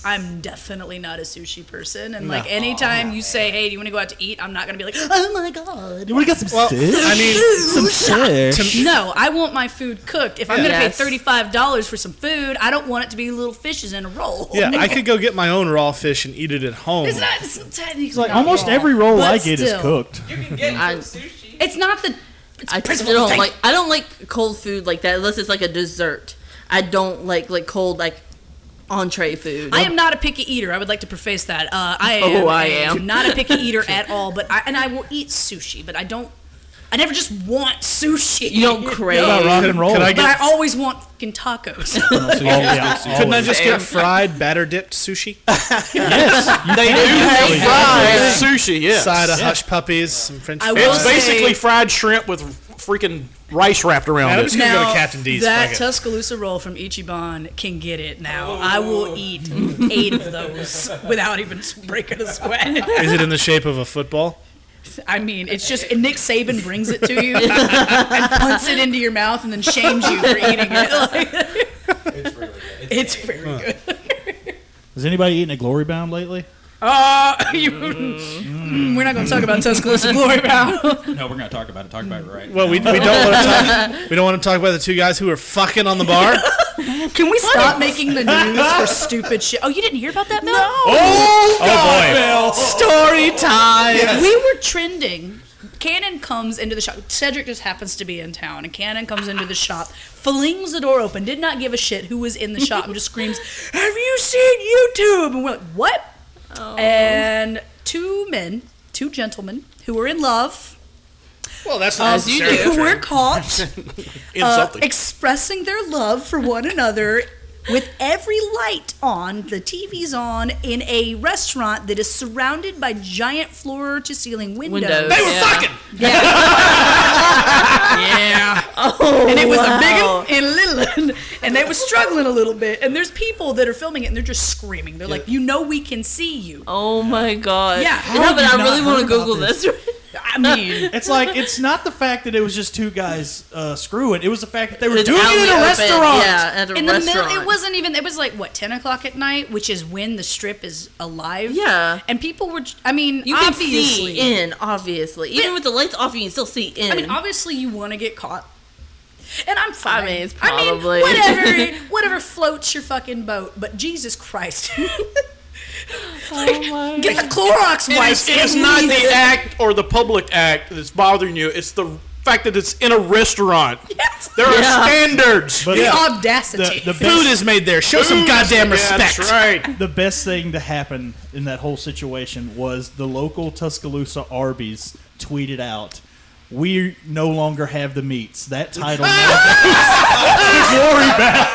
[SPEAKER 2] I'm definitely not a sushi person. And like, anytime you say, "Hey, do you want to go out to eat?" I'm not gonna be like, "Oh my god."
[SPEAKER 4] You want to get some
[SPEAKER 1] Well,
[SPEAKER 4] fish?
[SPEAKER 1] I mean,
[SPEAKER 4] Some fish.
[SPEAKER 2] No, I want my food cooked. If I'm gonna
[SPEAKER 5] Yes.
[SPEAKER 2] pay thirty-five dollars for some food, I don't want it to be little fishes in a roll.
[SPEAKER 1] yeah, I could go get my own raw fish and eat it at home.
[SPEAKER 2] It's not it's technically
[SPEAKER 4] It's like
[SPEAKER 2] not
[SPEAKER 4] almost
[SPEAKER 2] raw,
[SPEAKER 4] every roll
[SPEAKER 2] but
[SPEAKER 4] I get is
[SPEAKER 2] still.
[SPEAKER 4] cooked.
[SPEAKER 7] you can get
[SPEAKER 5] I-
[SPEAKER 7] some sushi.
[SPEAKER 2] It's not the.
[SPEAKER 5] I
[SPEAKER 2] principle
[SPEAKER 5] still don't
[SPEAKER 2] thing.
[SPEAKER 5] like I don't like cold food like that unless it's like a dessert. I don't like like cold like entree food.
[SPEAKER 2] I am not a picky eater. I would like to preface that. Uh, I
[SPEAKER 5] Oh,
[SPEAKER 2] am,
[SPEAKER 5] I
[SPEAKER 2] a-
[SPEAKER 5] am.
[SPEAKER 2] not a picky eater at all. But I and I will eat sushi, but I don't. I never just want sushi.
[SPEAKER 5] you don't crave.
[SPEAKER 4] About rock and roll.
[SPEAKER 1] Could I
[SPEAKER 2] But I
[SPEAKER 1] get?
[SPEAKER 2] always want fucking tacos.
[SPEAKER 4] Oh, yeah,
[SPEAKER 1] Couldn't I
[SPEAKER 4] always.
[SPEAKER 1] just get fried batter dipped sushi?
[SPEAKER 6] They do have fried sushi. Yes.
[SPEAKER 1] Side of hush puppies, some French
[SPEAKER 2] I
[SPEAKER 1] fries.
[SPEAKER 2] will
[SPEAKER 6] It's
[SPEAKER 2] say-
[SPEAKER 6] basically fried shrimp with freaking rice wrapped around
[SPEAKER 1] I'm
[SPEAKER 6] it.
[SPEAKER 1] just gonna go to Captain D's.
[SPEAKER 2] That
[SPEAKER 1] fuck it.
[SPEAKER 2] Tuscaloosa roll from Ichiban can get it now. I will eat eight of those without even breaking a sweat.
[SPEAKER 1] Is it in the shape of a football?
[SPEAKER 2] I mean, it's just Nick Saban brings it to you and punts it into your mouth and then shames you for eating it. Like,
[SPEAKER 7] It's really good.
[SPEAKER 2] it's very good.
[SPEAKER 4] Has anybody eaten a glory bound lately?
[SPEAKER 2] Uh, you, Mm, we're not going to talk about Tuscaloosa Glory Bound.
[SPEAKER 3] No, we're gonna talk about it. Talk about it right.
[SPEAKER 1] Well, we, we don't want to talk. We don't want to talk about the two guys who are fucking on the bar.
[SPEAKER 2] Can we stop making the news for stupid shit? Oh, you didn't hear about that, Mel?
[SPEAKER 1] Oh, boy! Story time.
[SPEAKER 2] we were trending. Cannon comes into the shop. Cedric just happens to be in town, and Cannon comes into the shop, flings the door open, did not give a shit who was in the shop, and just screams, "Have you seen YouTube?" And we're like, "What?" And two men, two gentlemen who were in love,
[SPEAKER 1] Well, that's not
[SPEAKER 5] As you
[SPEAKER 1] necessarily
[SPEAKER 5] do.
[SPEAKER 1] true.
[SPEAKER 2] who were caught uh,
[SPEAKER 6] Insulting.
[SPEAKER 2] expressing their love for one another with every light on, the TV's on, in a restaurant that is surrounded by giant floor to ceiling
[SPEAKER 5] Windows.
[SPEAKER 1] They were
[SPEAKER 5] Yeah.
[SPEAKER 1] fucking.
[SPEAKER 5] yeah.
[SPEAKER 2] and it was a big un and little un, and they were struggling a little bit. And there's people that are filming it, and they're just screaming. They're like, "You know, we can see you."
[SPEAKER 5] Oh my god.
[SPEAKER 2] Yeah. How
[SPEAKER 5] No,
[SPEAKER 2] have
[SPEAKER 5] but
[SPEAKER 4] you
[SPEAKER 5] I
[SPEAKER 4] not
[SPEAKER 5] really want to
[SPEAKER 4] heard about
[SPEAKER 5] Google
[SPEAKER 4] this?
[SPEAKER 5] this.
[SPEAKER 2] I mean,
[SPEAKER 4] It's like it's not the fact that it was just two guys uh, screwing. It was the fact that they were
[SPEAKER 5] It's
[SPEAKER 4] doing
[SPEAKER 5] out
[SPEAKER 4] it in
[SPEAKER 5] the
[SPEAKER 4] a
[SPEAKER 5] open.
[SPEAKER 4] restaurant.
[SPEAKER 5] Yeah, at a
[SPEAKER 2] in the
[SPEAKER 5] restaurant.
[SPEAKER 2] middle, it wasn't even. It was like what ten o'clock at night, which is when the strip is alive.
[SPEAKER 5] Yeah.
[SPEAKER 2] and people were. j- I mean,
[SPEAKER 5] You can
[SPEAKER 2] obviously,
[SPEAKER 5] see in, obviously. Even
[SPEAKER 2] But-
[SPEAKER 5] with the lights off, you can still see in.
[SPEAKER 2] I mean, obviously, you want to get caught. And I'm fine.
[SPEAKER 5] mean, it's
[SPEAKER 2] I mean,
[SPEAKER 5] probably-
[SPEAKER 2] whatever, whatever floats your fucking boat. But Jesus Christ,
[SPEAKER 8] Oh
[SPEAKER 2] get the Clorox
[SPEAKER 6] It
[SPEAKER 2] wipes.
[SPEAKER 6] is, it is
[SPEAKER 2] and
[SPEAKER 6] not
[SPEAKER 2] leave.
[SPEAKER 6] the act or the public act that's bothering you. It's the fact that it's in a restaurant.
[SPEAKER 2] Yes.
[SPEAKER 6] There are
[SPEAKER 5] Yeah.
[SPEAKER 6] standards.
[SPEAKER 4] But
[SPEAKER 2] the
[SPEAKER 4] yeah,
[SPEAKER 2] audacity.
[SPEAKER 4] the, the
[SPEAKER 1] Food
[SPEAKER 4] best
[SPEAKER 1] is made there. Show some goddamn
[SPEAKER 6] Yeah,
[SPEAKER 1] respect.
[SPEAKER 6] That's right.
[SPEAKER 4] the best thing to happen in that whole situation was the local Tuscaloosa Arby's tweeted out. we no longer have the meats. That title now goes to glory bound.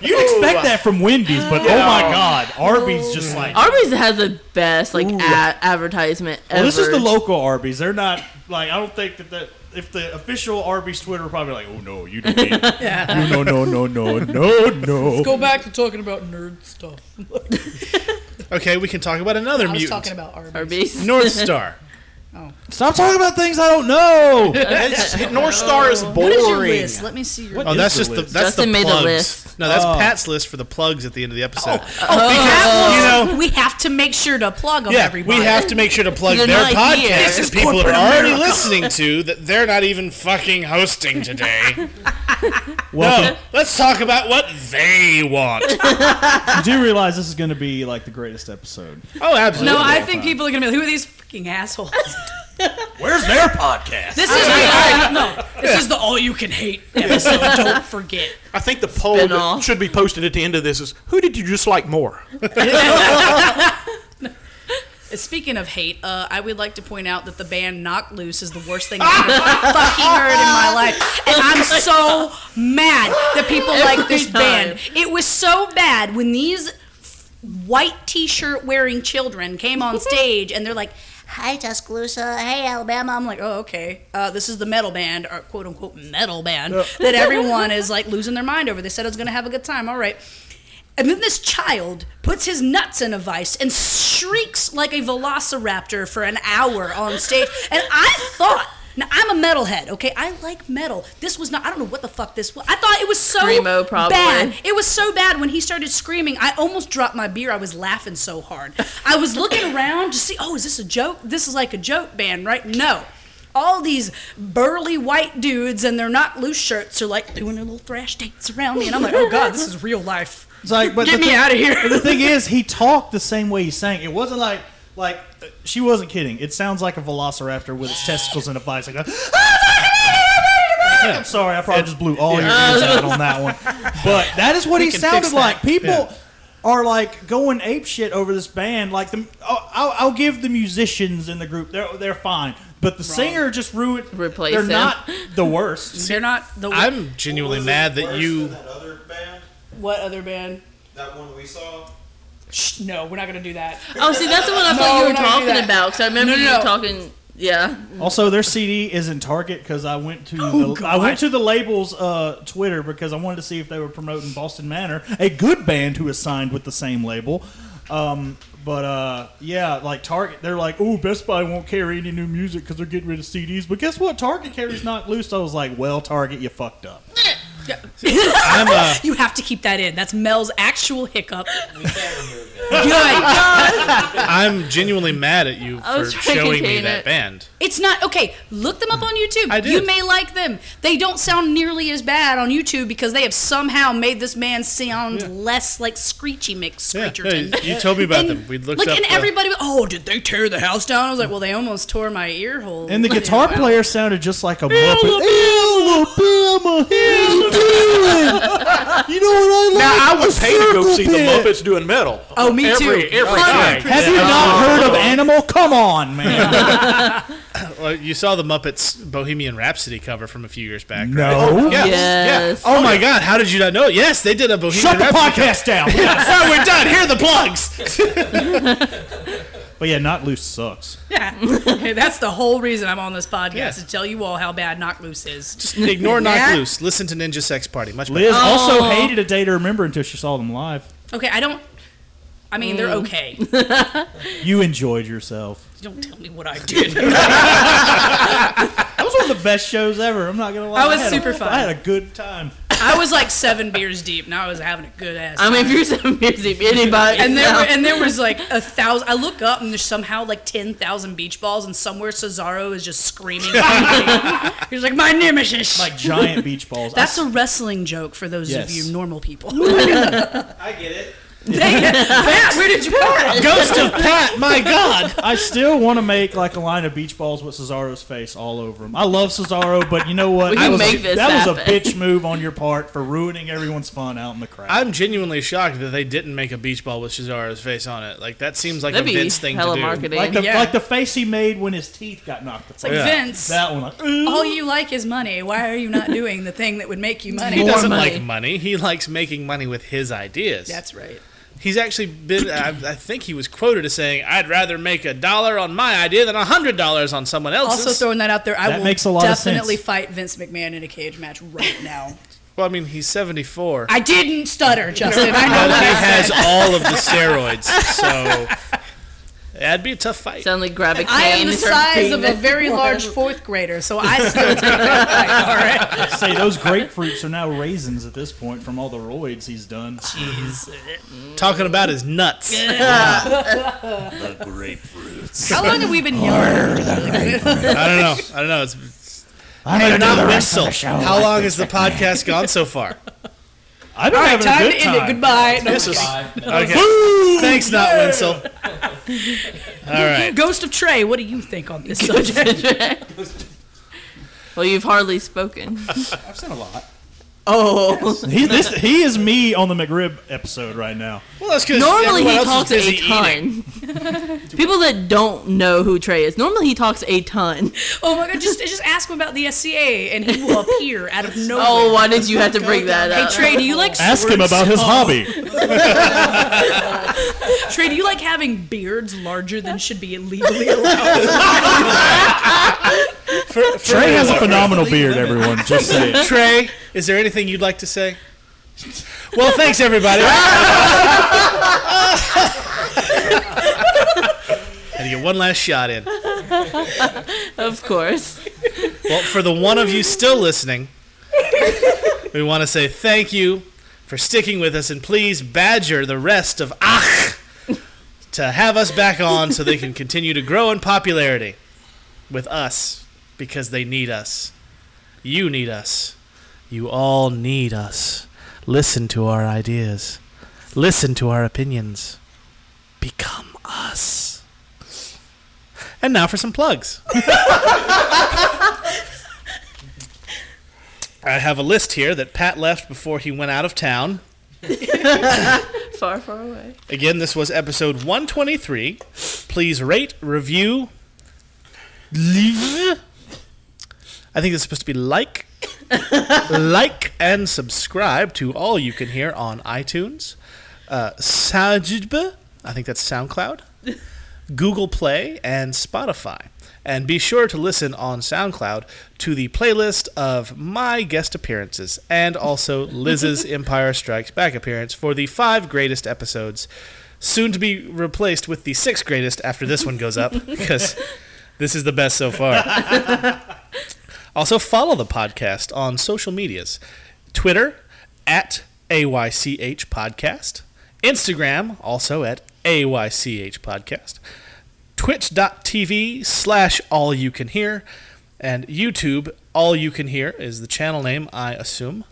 [SPEAKER 4] You expect that from Wendy's, but oh my God, Arby's just like.
[SPEAKER 5] Arby's has the best like a- advertisement ever.
[SPEAKER 4] Well, Oh, this is the local Arby's. They're not like I don't think that that if the official Arby's Twitter were probably like, oh no, you don't eat.
[SPEAKER 2] Yeah.
[SPEAKER 4] no no no no no no.
[SPEAKER 8] Go back to talking about nerd stuff.
[SPEAKER 1] Okay, we can talk about another
[SPEAKER 8] I was
[SPEAKER 1] mutant.
[SPEAKER 8] talking about Arby's.
[SPEAKER 5] Arby's.
[SPEAKER 1] North Star.
[SPEAKER 4] Stop talking about things I don't know.
[SPEAKER 6] It's- North Star is
[SPEAKER 2] What is your
[SPEAKER 6] boring.
[SPEAKER 2] list? Let me see your
[SPEAKER 1] Oh,
[SPEAKER 4] is
[SPEAKER 1] that's
[SPEAKER 4] the
[SPEAKER 1] just the
[SPEAKER 4] list?
[SPEAKER 1] that's
[SPEAKER 5] Justin
[SPEAKER 1] the
[SPEAKER 5] made a
[SPEAKER 1] plugs.
[SPEAKER 5] list.
[SPEAKER 1] No, that's
[SPEAKER 4] Oh.
[SPEAKER 1] Pat's list for the plugs at the end of the episode.
[SPEAKER 2] That
[SPEAKER 1] you
[SPEAKER 2] was-
[SPEAKER 1] know-
[SPEAKER 2] we have to make sure to plug them,
[SPEAKER 1] yeah,
[SPEAKER 2] everybody.
[SPEAKER 1] we have to make sure to plug
[SPEAKER 5] They're
[SPEAKER 1] their
[SPEAKER 5] not here.
[SPEAKER 1] podcasts
[SPEAKER 5] This
[SPEAKER 1] that people are already listening to that they're not even fucking hosting today.
[SPEAKER 4] Welcome.
[SPEAKER 1] no, let's talk about what they want.
[SPEAKER 4] You do realize this is going to be like the greatest episode.
[SPEAKER 1] Oh, absolutely.
[SPEAKER 2] No, I think people are gonna be like, "Who are these fucking assholes?"
[SPEAKER 4] Where's their podcast?
[SPEAKER 2] This is the, no, this is the all you can hate episode. Don't forget.
[SPEAKER 6] I think the poll
[SPEAKER 5] Spin-off.
[SPEAKER 6] that should be posted at the end of this is who did you just like more?
[SPEAKER 2] Speaking of hate, uh, I would like to point out that the band Knock Loose is the worst thing I've ever fucking heard in my life. And I'm so mad that people like this
[SPEAKER 5] Every
[SPEAKER 2] band. It was so bad when these white t shirt wearing children came on stage and they're like, Hi, Tuscaloosa. Hey, Alabama. I'm like, oh, okay. Uh, this is the metal band, or quote unquote metal band, that everyone is like losing their mind over. They said I was going to have a good time. All right. And then this child puts his nuts in a vice and shrieks like a velociraptor for an hour on stage. And I thought, now I'm a metalhead, okay? I like metal. This was not, I don't know what the fuck this was. I thought it was so
[SPEAKER 5] Screamo, probably.
[SPEAKER 2] bad. It was so bad when he started screaming. I almost dropped my beer. I was laughing so hard. I was looking around to see, oh, is this a joke? This is like a joke band, right? No. All these burly white dudes and their not loose shirts are like doing their little thrash dance around me. And I'm like, oh God, this is real life.
[SPEAKER 4] It's like, but
[SPEAKER 2] Get
[SPEAKER 4] the
[SPEAKER 2] me
[SPEAKER 4] thi-
[SPEAKER 2] out of
[SPEAKER 4] but the
[SPEAKER 2] here.
[SPEAKER 4] thing is, he talked the same way he sang. It wasn't like like uh, she wasn't kidding. It sounds like a velociraptor with its testicles in a vice. Like, I'm sorry, I probably just blew all your ears out on that one. But that is what he
[SPEAKER 1] can
[SPEAKER 4] sounded
[SPEAKER 1] fix
[SPEAKER 4] like.
[SPEAKER 1] that.
[SPEAKER 4] People. Are like going ape shit over this band. Like the, oh, I'll, I'll give the musicians in the group, they're they're fine, but the singer just ruined.
[SPEAKER 5] Replace
[SPEAKER 4] they're
[SPEAKER 5] him.
[SPEAKER 4] not the worst.
[SPEAKER 2] They're not the
[SPEAKER 1] I'm genuinely
[SPEAKER 7] Was it
[SPEAKER 1] mad that
[SPEAKER 7] worse
[SPEAKER 1] you.
[SPEAKER 7] than that other band,
[SPEAKER 2] what other band?
[SPEAKER 7] that one we saw.
[SPEAKER 8] Shh, no, we're not gonna do that.
[SPEAKER 5] Oh, see, that's the one I thought
[SPEAKER 8] No,
[SPEAKER 5] you were
[SPEAKER 8] no, do
[SPEAKER 5] talking
[SPEAKER 8] that.
[SPEAKER 5] about. Because I remember
[SPEAKER 8] No, no,
[SPEAKER 5] you
[SPEAKER 8] no.
[SPEAKER 5] were talking. Yeah.
[SPEAKER 4] Also, their CD is in Target because I went to the, I
[SPEAKER 2] God.
[SPEAKER 4] went to the label's uh, Twitter because I wanted to see if they were promoting Boston Manor, a good band who is signed with the same label. Um, but uh, yeah, like Target, they're like, "Oh, Best Buy won't carry any new music because they're getting rid of CDs." But guess what? Target carries Knock Loose. I was like, "Well, Target, you fucked up."
[SPEAKER 1] I'm uh,
[SPEAKER 2] You have to keep that in. That's Mel's actual hiccup.
[SPEAKER 7] We can't remove it.
[SPEAKER 2] Good.
[SPEAKER 1] I'm genuinely mad at you
[SPEAKER 5] I
[SPEAKER 1] for
[SPEAKER 5] was trying to
[SPEAKER 1] showing me
[SPEAKER 5] contain
[SPEAKER 1] that
[SPEAKER 5] it.
[SPEAKER 1] band.
[SPEAKER 2] It's not okay. Look them up on YouTube.
[SPEAKER 1] I did.
[SPEAKER 2] You may like them. They don't sound nearly as bad on YouTube because they have somehow made this man sound less like Screechy Mix
[SPEAKER 1] Yeah, no,
[SPEAKER 2] Screecherton.
[SPEAKER 1] you told me about
[SPEAKER 2] And-
[SPEAKER 1] them. We looked
[SPEAKER 2] like,
[SPEAKER 1] up.
[SPEAKER 2] and
[SPEAKER 1] the-
[SPEAKER 2] everybody. went, Oh, did they tear the house down? I was like, well, they almost tore my ear hole.
[SPEAKER 4] And the
[SPEAKER 2] You
[SPEAKER 4] guitar
[SPEAKER 2] know,
[SPEAKER 4] player sounded just like a Muppet. Alabama, how you doing? You know what I like?
[SPEAKER 6] Now I would
[SPEAKER 4] A
[SPEAKER 6] pay to go
[SPEAKER 4] circle
[SPEAKER 6] see the
[SPEAKER 4] pit.
[SPEAKER 6] Muppets doing metal.
[SPEAKER 2] Oh, me
[SPEAKER 6] every,
[SPEAKER 2] too.
[SPEAKER 6] Every
[SPEAKER 2] Hundred
[SPEAKER 6] time.
[SPEAKER 4] Have you not heard of Animal? Come on, man.
[SPEAKER 1] well, you saw the Muppets Bohemian Rhapsody cover from a few years back. right?
[SPEAKER 4] No.
[SPEAKER 1] Yeah.
[SPEAKER 5] Yes.
[SPEAKER 1] Yeah. Oh my God! How did you not know? it? Yes, they did a Bohemian
[SPEAKER 4] Shut the
[SPEAKER 1] Rhapsody.
[SPEAKER 4] podcast down.
[SPEAKER 1] Yeah, sorry, we're done. Here are the plugs.
[SPEAKER 4] But yeah, not loose sucks.
[SPEAKER 2] Yeah. Hey, that's the whole reason I'm on this podcast
[SPEAKER 1] Yeah.
[SPEAKER 2] to tell you all how bad Knock Loose is.
[SPEAKER 1] Just ignore Knock
[SPEAKER 2] Yeah.
[SPEAKER 1] Loose. Listen to Ninja Sex Party. Much better.
[SPEAKER 4] Liz also
[SPEAKER 2] Oh.
[SPEAKER 4] hated a day to remember until she saw them live.
[SPEAKER 2] Okay, I don't. I mean, they're okay.
[SPEAKER 4] You enjoyed yourself.
[SPEAKER 2] Don't tell me what I did.
[SPEAKER 4] That was one of the best shows ever. I'm not gonna lie.
[SPEAKER 2] That was
[SPEAKER 4] had a-
[SPEAKER 2] super fun.
[SPEAKER 4] I had a good time.
[SPEAKER 2] I was like seven beers deep, and I was having a good ass.
[SPEAKER 5] I mean, if you're some music, anybody.
[SPEAKER 2] and there,
[SPEAKER 5] now.
[SPEAKER 2] were, and there was like a thousand. I look up, and there's somehow like ten thousand beach balls, and somewhere Cesaro is just screaming. He's like, "My nemesis."
[SPEAKER 4] Like giant beach balls.
[SPEAKER 2] that's a wrestling joke for those
[SPEAKER 4] Yes.
[SPEAKER 2] of you normal people.
[SPEAKER 7] I get it.
[SPEAKER 2] Dang it. Pat, where did you put it?
[SPEAKER 4] Ghost of Pat, my God! I still want to make like a line of beach balls with Cesaro's face all over them. I love Cesaro, but you know what?
[SPEAKER 5] We
[SPEAKER 4] That
[SPEAKER 5] can
[SPEAKER 4] was a-
[SPEAKER 5] make this
[SPEAKER 4] that was a
[SPEAKER 5] happen.
[SPEAKER 4] bitch move on your part for ruining everyone's fun out in the crowd.
[SPEAKER 1] I'm genuinely shocked that they didn't make a beach ball with Cesaro's face on it. Like that seems like
[SPEAKER 5] That'd
[SPEAKER 1] a
[SPEAKER 5] be
[SPEAKER 1] Vince thing
[SPEAKER 5] hella
[SPEAKER 1] to do.
[SPEAKER 5] marketing.
[SPEAKER 4] like the
[SPEAKER 2] Yeah.
[SPEAKER 4] like the face he made when his teeth got knocked.
[SPEAKER 2] It's like,
[SPEAKER 1] Yeah.
[SPEAKER 2] Vince,
[SPEAKER 4] that one. Like, "Ooh."
[SPEAKER 2] all you like is money. Why are you not doing the thing that would make you money?
[SPEAKER 1] He
[SPEAKER 5] More
[SPEAKER 1] doesn't
[SPEAKER 5] money.
[SPEAKER 1] like money. He likes making money with his ideas.
[SPEAKER 2] That's right.
[SPEAKER 1] He's actually been. I, I think he was quoted as saying, "I'd rather make a dollar on my idea than a hundred dollars on someone else's."
[SPEAKER 2] Also throwing that out there, I
[SPEAKER 4] That
[SPEAKER 2] will
[SPEAKER 4] makes a lot of
[SPEAKER 2] definitely
[SPEAKER 4] sense.
[SPEAKER 2] fight Vince McMahon in a cage match right now.
[SPEAKER 1] well, I mean, he's seventy-four.
[SPEAKER 2] I didn't stutter, Justin. I know
[SPEAKER 1] but
[SPEAKER 2] what
[SPEAKER 1] he
[SPEAKER 2] I
[SPEAKER 1] has
[SPEAKER 2] said.
[SPEAKER 1] all of the steroids, so that'd be a tough fight.
[SPEAKER 5] Suddenly grab a cane.
[SPEAKER 2] I am the
[SPEAKER 5] and start
[SPEAKER 2] size
[SPEAKER 5] beating
[SPEAKER 2] of a
[SPEAKER 5] it.
[SPEAKER 2] very large fourth grader, so I still take that fight. All right.
[SPEAKER 4] Say those grapefruits are now raisins at this point from all the roids he's done.
[SPEAKER 1] Talking about his nuts.
[SPEAKER 2] How long have we been yelling?
[SPEAKER 1] I don't know. I don't know. It's, it's
[SPEAKER 4] I'm
[SPEAKER 1] hey,
[SPEAKER 4] another
[SPEAKER 1] not
[SPEAKER 4] rest of
[SPEAKER 1] Wenzel.
[SPEAKER 4] the show.
[SPEAKER 1] How long has the podcast gone so far?
[SPEAKER 4] I've been
[SPEAKER 2] All right,
[SPEAKER 4] having
[SPEAKER 2] time
[SPEAKER 4] a
[SPEAKER 2] to
[SPEAKER 4] good
[SPEAKER 2] end it.
[SPEAKER 4] time.
[SPEAKER 2] Goodbye. No,
[SPEAKER 1] Okay. Thanks, not Wenzel. All right.
[SPEAKER 2] Ghost of Trey, what do you think on this subject?
[SPEAKER 5] well, you've hardly spoken.
[SPEAKER 3] I've said a lot.
[SPEAKER 5] Oh,
[SPEAKER 4] He, this, he is me on the McRib episode right now.
[SPEAKER 1] Well, that's 'cause
[SPEAKER 5] normally
[SPEAKER 1] everyone
[SPEAKER 5] he
[SPEAKER 1] else is
[SPEAKER 5] talks a
[SPEAKER 1] busy eating.
[SPEAKER 5] ton. People that don't know who Trey is, normally he talks a ton.
[SPEAKER 2] oh my god, just just ask him about the SCA and he will appear out of nowhere.
[SPEAKER 5] Oh, why did you have to bring that
[SPEAKER 2] Hey
[SPEAKER 5] up?
[SPEAKER 2] Trey, do you like
[SPEAKER 4] Ask him
[SPEAKER 2] swords?
[SPEAKER 4] about his hobby.
[SPEAKER 2] Trey, do you like having beards larger than should be legally allowed?
[SPEAKER 1] For- for-
[SPEAKER 4] Trey has a phenomenal beard, everyone. Just say it.
[SPEAKER 1] Trey, is there anything you'd like to say? Well, thanks everybody. Had to get one last shot in.
[SPEAKER 5] of course.
[SPEAKER 1] Well, for the one of you still listening, we want to say thank you for sticking with us, and please badger the rest of Ach to have us back on so they can continue to grow in popularity with us because they need us. You need us. You all need us. Listen to our ideas. Listen to our opinions. Become us. And now for some plugs. I have a list here that Pat left before he went out of town.
[SPEAKER 5] Far, far away.
[SPEAKER 1] Again, this was episode 123. Please rate, review, leave. I think it's supposed to be like, like, and subscribe to all you can hear on iTunes, uh, Sajidba, I think that's SoundCloud, Google Play, and Spotify. And be sure to listen on SoundCloud to the playlist of my guest appearances and also Liz's Empire Strikes Back appearance for the five greatest episodes, soon to be replaced with the sixth greatest after this one goes up, because this is the best so far. Also, follow the podcast on social medias Twitter at AYCH Podcast, Instagram also at AYCH Podcast, twitch.tv slash all you can hear, and YouTube, all you can hear is the channel name, I assume.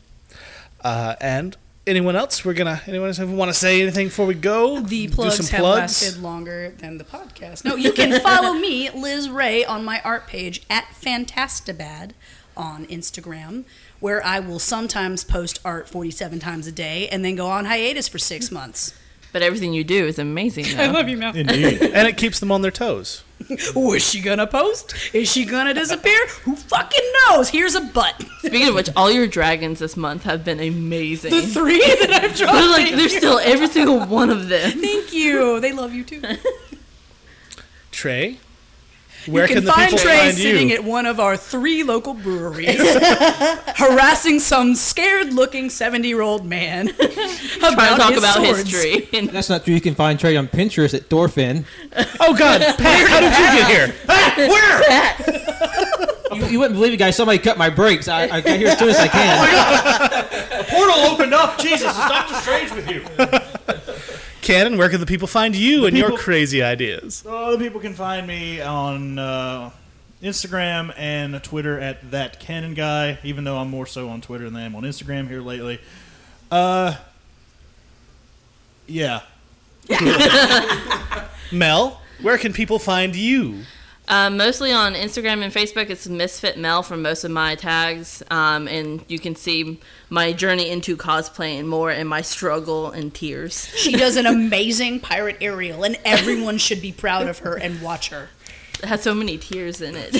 [SPEAKER 1] Uh, and anyone else, we're gonna, anyone else want to say anything before we go?
[SPEAKER 2] The
[SPEAKER 1] Do
[SPEAKER 2] plugs
[SPEAKER 1] some
[SPEAKER 2] have
[SPEAKER 1] plugs?
[SPEAKER 2] lasted longer than the podcast. No, you can follow me, Liz Ray, on my art page at Fantastabad on Instagram, where I will sometimes post art 47 times a day and then go on hiatus for six months.
[SPEAKER 5] But everything you do is amazing. Though.
[SPEAKER 2] love you, Mel.
[SPEAKER 4] Indeed.
[SPEAKER 1] And it keeps them on their toes.
[SPEAKER 2] Oh, is she gonna post? Is she gonna disappear? Who fucking knows? Here's a butt.
[SPEAKER 5] Speaking of which, all your dragons this month have been amazing.
[SPEAKER 2] The three that I've drawn.
[SPEAKER 5] They're like, there's still every single one of them.
[SPEAKER 2] Thank you. They love you too.
[SPEAKER 1] Trey, where
[SPEAKER 2] you can,
[SPEAKER 1] the
[SPEAKER 2] find
[SPEAKER 1] people
[SPEAKER 2] Trey
[SPEAKER 1] find you?
[SPEAKER 2] sitting at one of our three local breweries, harassing some scared-looking seventy-year-old man about
[SPEAKER 5] Trying to talk
[SPEAKER 2] his
[SPEAKER 5] about
[SPEAKER 2] swords.
[SPEAKER 5] history. And
[SPEAKER 9] That's not true. You can find Trey on Pinterest at Dorfin.
[SPEAKER 1] Oh God, Pat, how did you get here?
[SPEAKER 9] You, you wouldn't believe it, guys. Somebody cut my brakes. I, I got here as soon as I can.
[SPEAKER 4] Portal opened up. Jesus, it's Doctor Strange with you.
[SPEAKER 1] Cannon, where can the people find you and your
[SPEAKER 4] people-
[SPEAKER 1] crazy ideas?
[SPEAKER 4] Oh, the people can find me on uh, Instagram and Twitter at that Cannon guy. Even though I'm more so on Twitter than I am on Instagram here lately. Uh, Yeah.
[SPEAKER 1] Mel, where can people find you?
[SPEAKER 5] Uh, mostly on Instagram and Facebook, it's Misfit Mel for most of my tags, um, and you can see my journey into cosplay and more, and my struggle and tears.
[SPEAKER 2] She does an amazing pirate aerial, and everyone should be proud of her and watch her.
[SPEAKER 5] It has so many tears in it.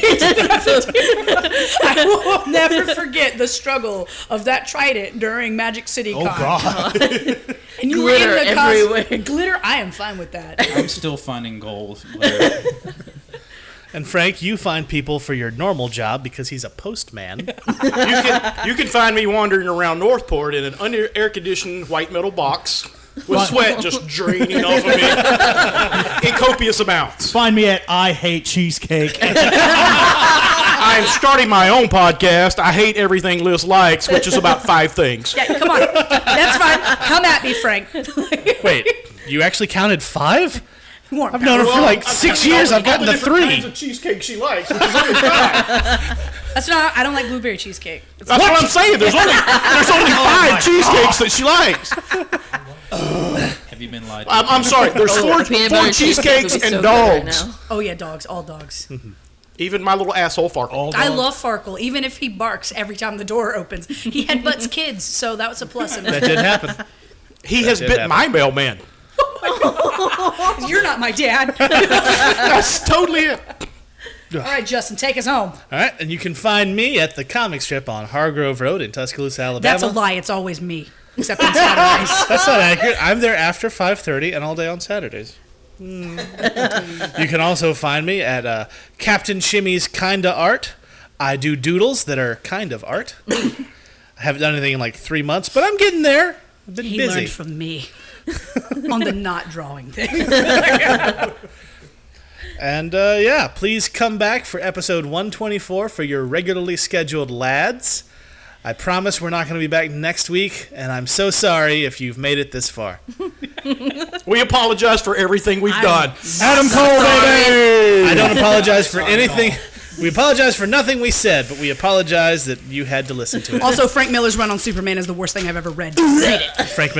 [SPEAKER 2] I will never forget the struggle of that trident during Magic City
[SPEAKER 1] Oh,
[SPEAKER 2] Con. And you
[SPEAKER 5] Glitter
[SPEAKER 2] were in the cos-
[SPEAKER 5] everywhere.
[SPEAKER 2] Glitter, I am fine with that.
[SPEAKER 3] I'm still finding gold. Like,
[SPEAKER 1] And Frank, you find people for your normal job because he's a postman. you can
[SPEAKER 6] You can find me wandering around Northport in an under air conditioned white metal box with sweat just draining off of me in copious amounts.
[SPEAKER 4] Find me at I Hate Cheesecake.
[SPEAKER 6] I am starting my own podcast. I hate everything Liz likes, which is about five things.
[SPEAKER 2] Yeah, come on. That's fine. Come at me, Frank.
[SPEAKER 1] wait. You actually counted five?
[SPEAKER 2] You aren't
[SPEAKER 1] I've known her for like six years. I've gotten to three.
[SPEAKER 6] cheesecake she likes.
[SPEAKER 2] That's not. I don't like blueberry cheesecake. It's
[SPEAKER 6] That's what, I'm Oh saying. There's only there's only five cheesecakes that she likes.
[SPEAKER 3] have you been lied to?
[SPEAKER 6] I'm, I'm sorry. There's four
[SPEAKER 5] Oh, Peanut
[SPEAKER 6] four
[SPEAKER 5] butter cheesecake would
[SPEAKER 6] cheesecakes
[SPEAKER 5] be
[SPEAKER 6] and
[SPEAKER 5] so good right
[SPEAKER 6] dogs.
[SPEAKER 5] now.
[SPEAKER 2] oh yeah, dogs. All dogs.
[SPEAKER 6] Even my little asshole fart.
[SPEAKER 2] I love Farkle, even if he barks every time the door opens. He headbutts kids, so that was a plus. In
[SPEAKER 1] That
[SPEAKER 2] it.
[SPEAKER 1] did happen.
[SPEAKER 6] He has
[SPEAKER 1] did
[SPEAKER 6] bit
[SPEAKER 1] happen.
[SPEAKER 6] my mailman.
[SPEAKER 2] You're not my dad. All
[SPEAKER 6] That's totally it.
[SPEAKER 2] right, Justin, take us home.
[SPEAKER 1] All right, and you can find me at the comic strip on Hargrove Road in Tuscaloosa, Alabama.
[SPEAKER 2] That's a lie. It's always me, except on Saturdays.
[SPEAKER 1] That's not accurate. I'm there after 5:30 and all day on Saturdays.
[SPEAKER 2] Hmm.
[SPEAKER 1] you can also find me at uh, Captain Shimmy's Kinda Art. I do doodles that are kind of art. I
[SPEAKER 2] Mm.
[SPEAKER 1] haven't done anything in like three months, but I'm getting there. I've been
[SPEAKER 2] He
[SPEAKER 1] busy.
[SPEAKER 2] learned from me on the not drawing thing.
[SPEAKER 1] and uh, yeah, please come back for episode 124 for your regularly scheduled lads. I promise we're not going to be back next week, and I'm so sorry if you've made it this far.
[SPEAKER 6] We apologize for everything we've done.
[SPEAKER 1] Adam Cole, baby! I don't apologize for anything. We apologize for nothing we said, but we apologize that you had to listen to it.
[SPEAKER 2] Also, Frank Miller's run on Superman is the worst thing I've ever read.
[SPEAKER 1] Frank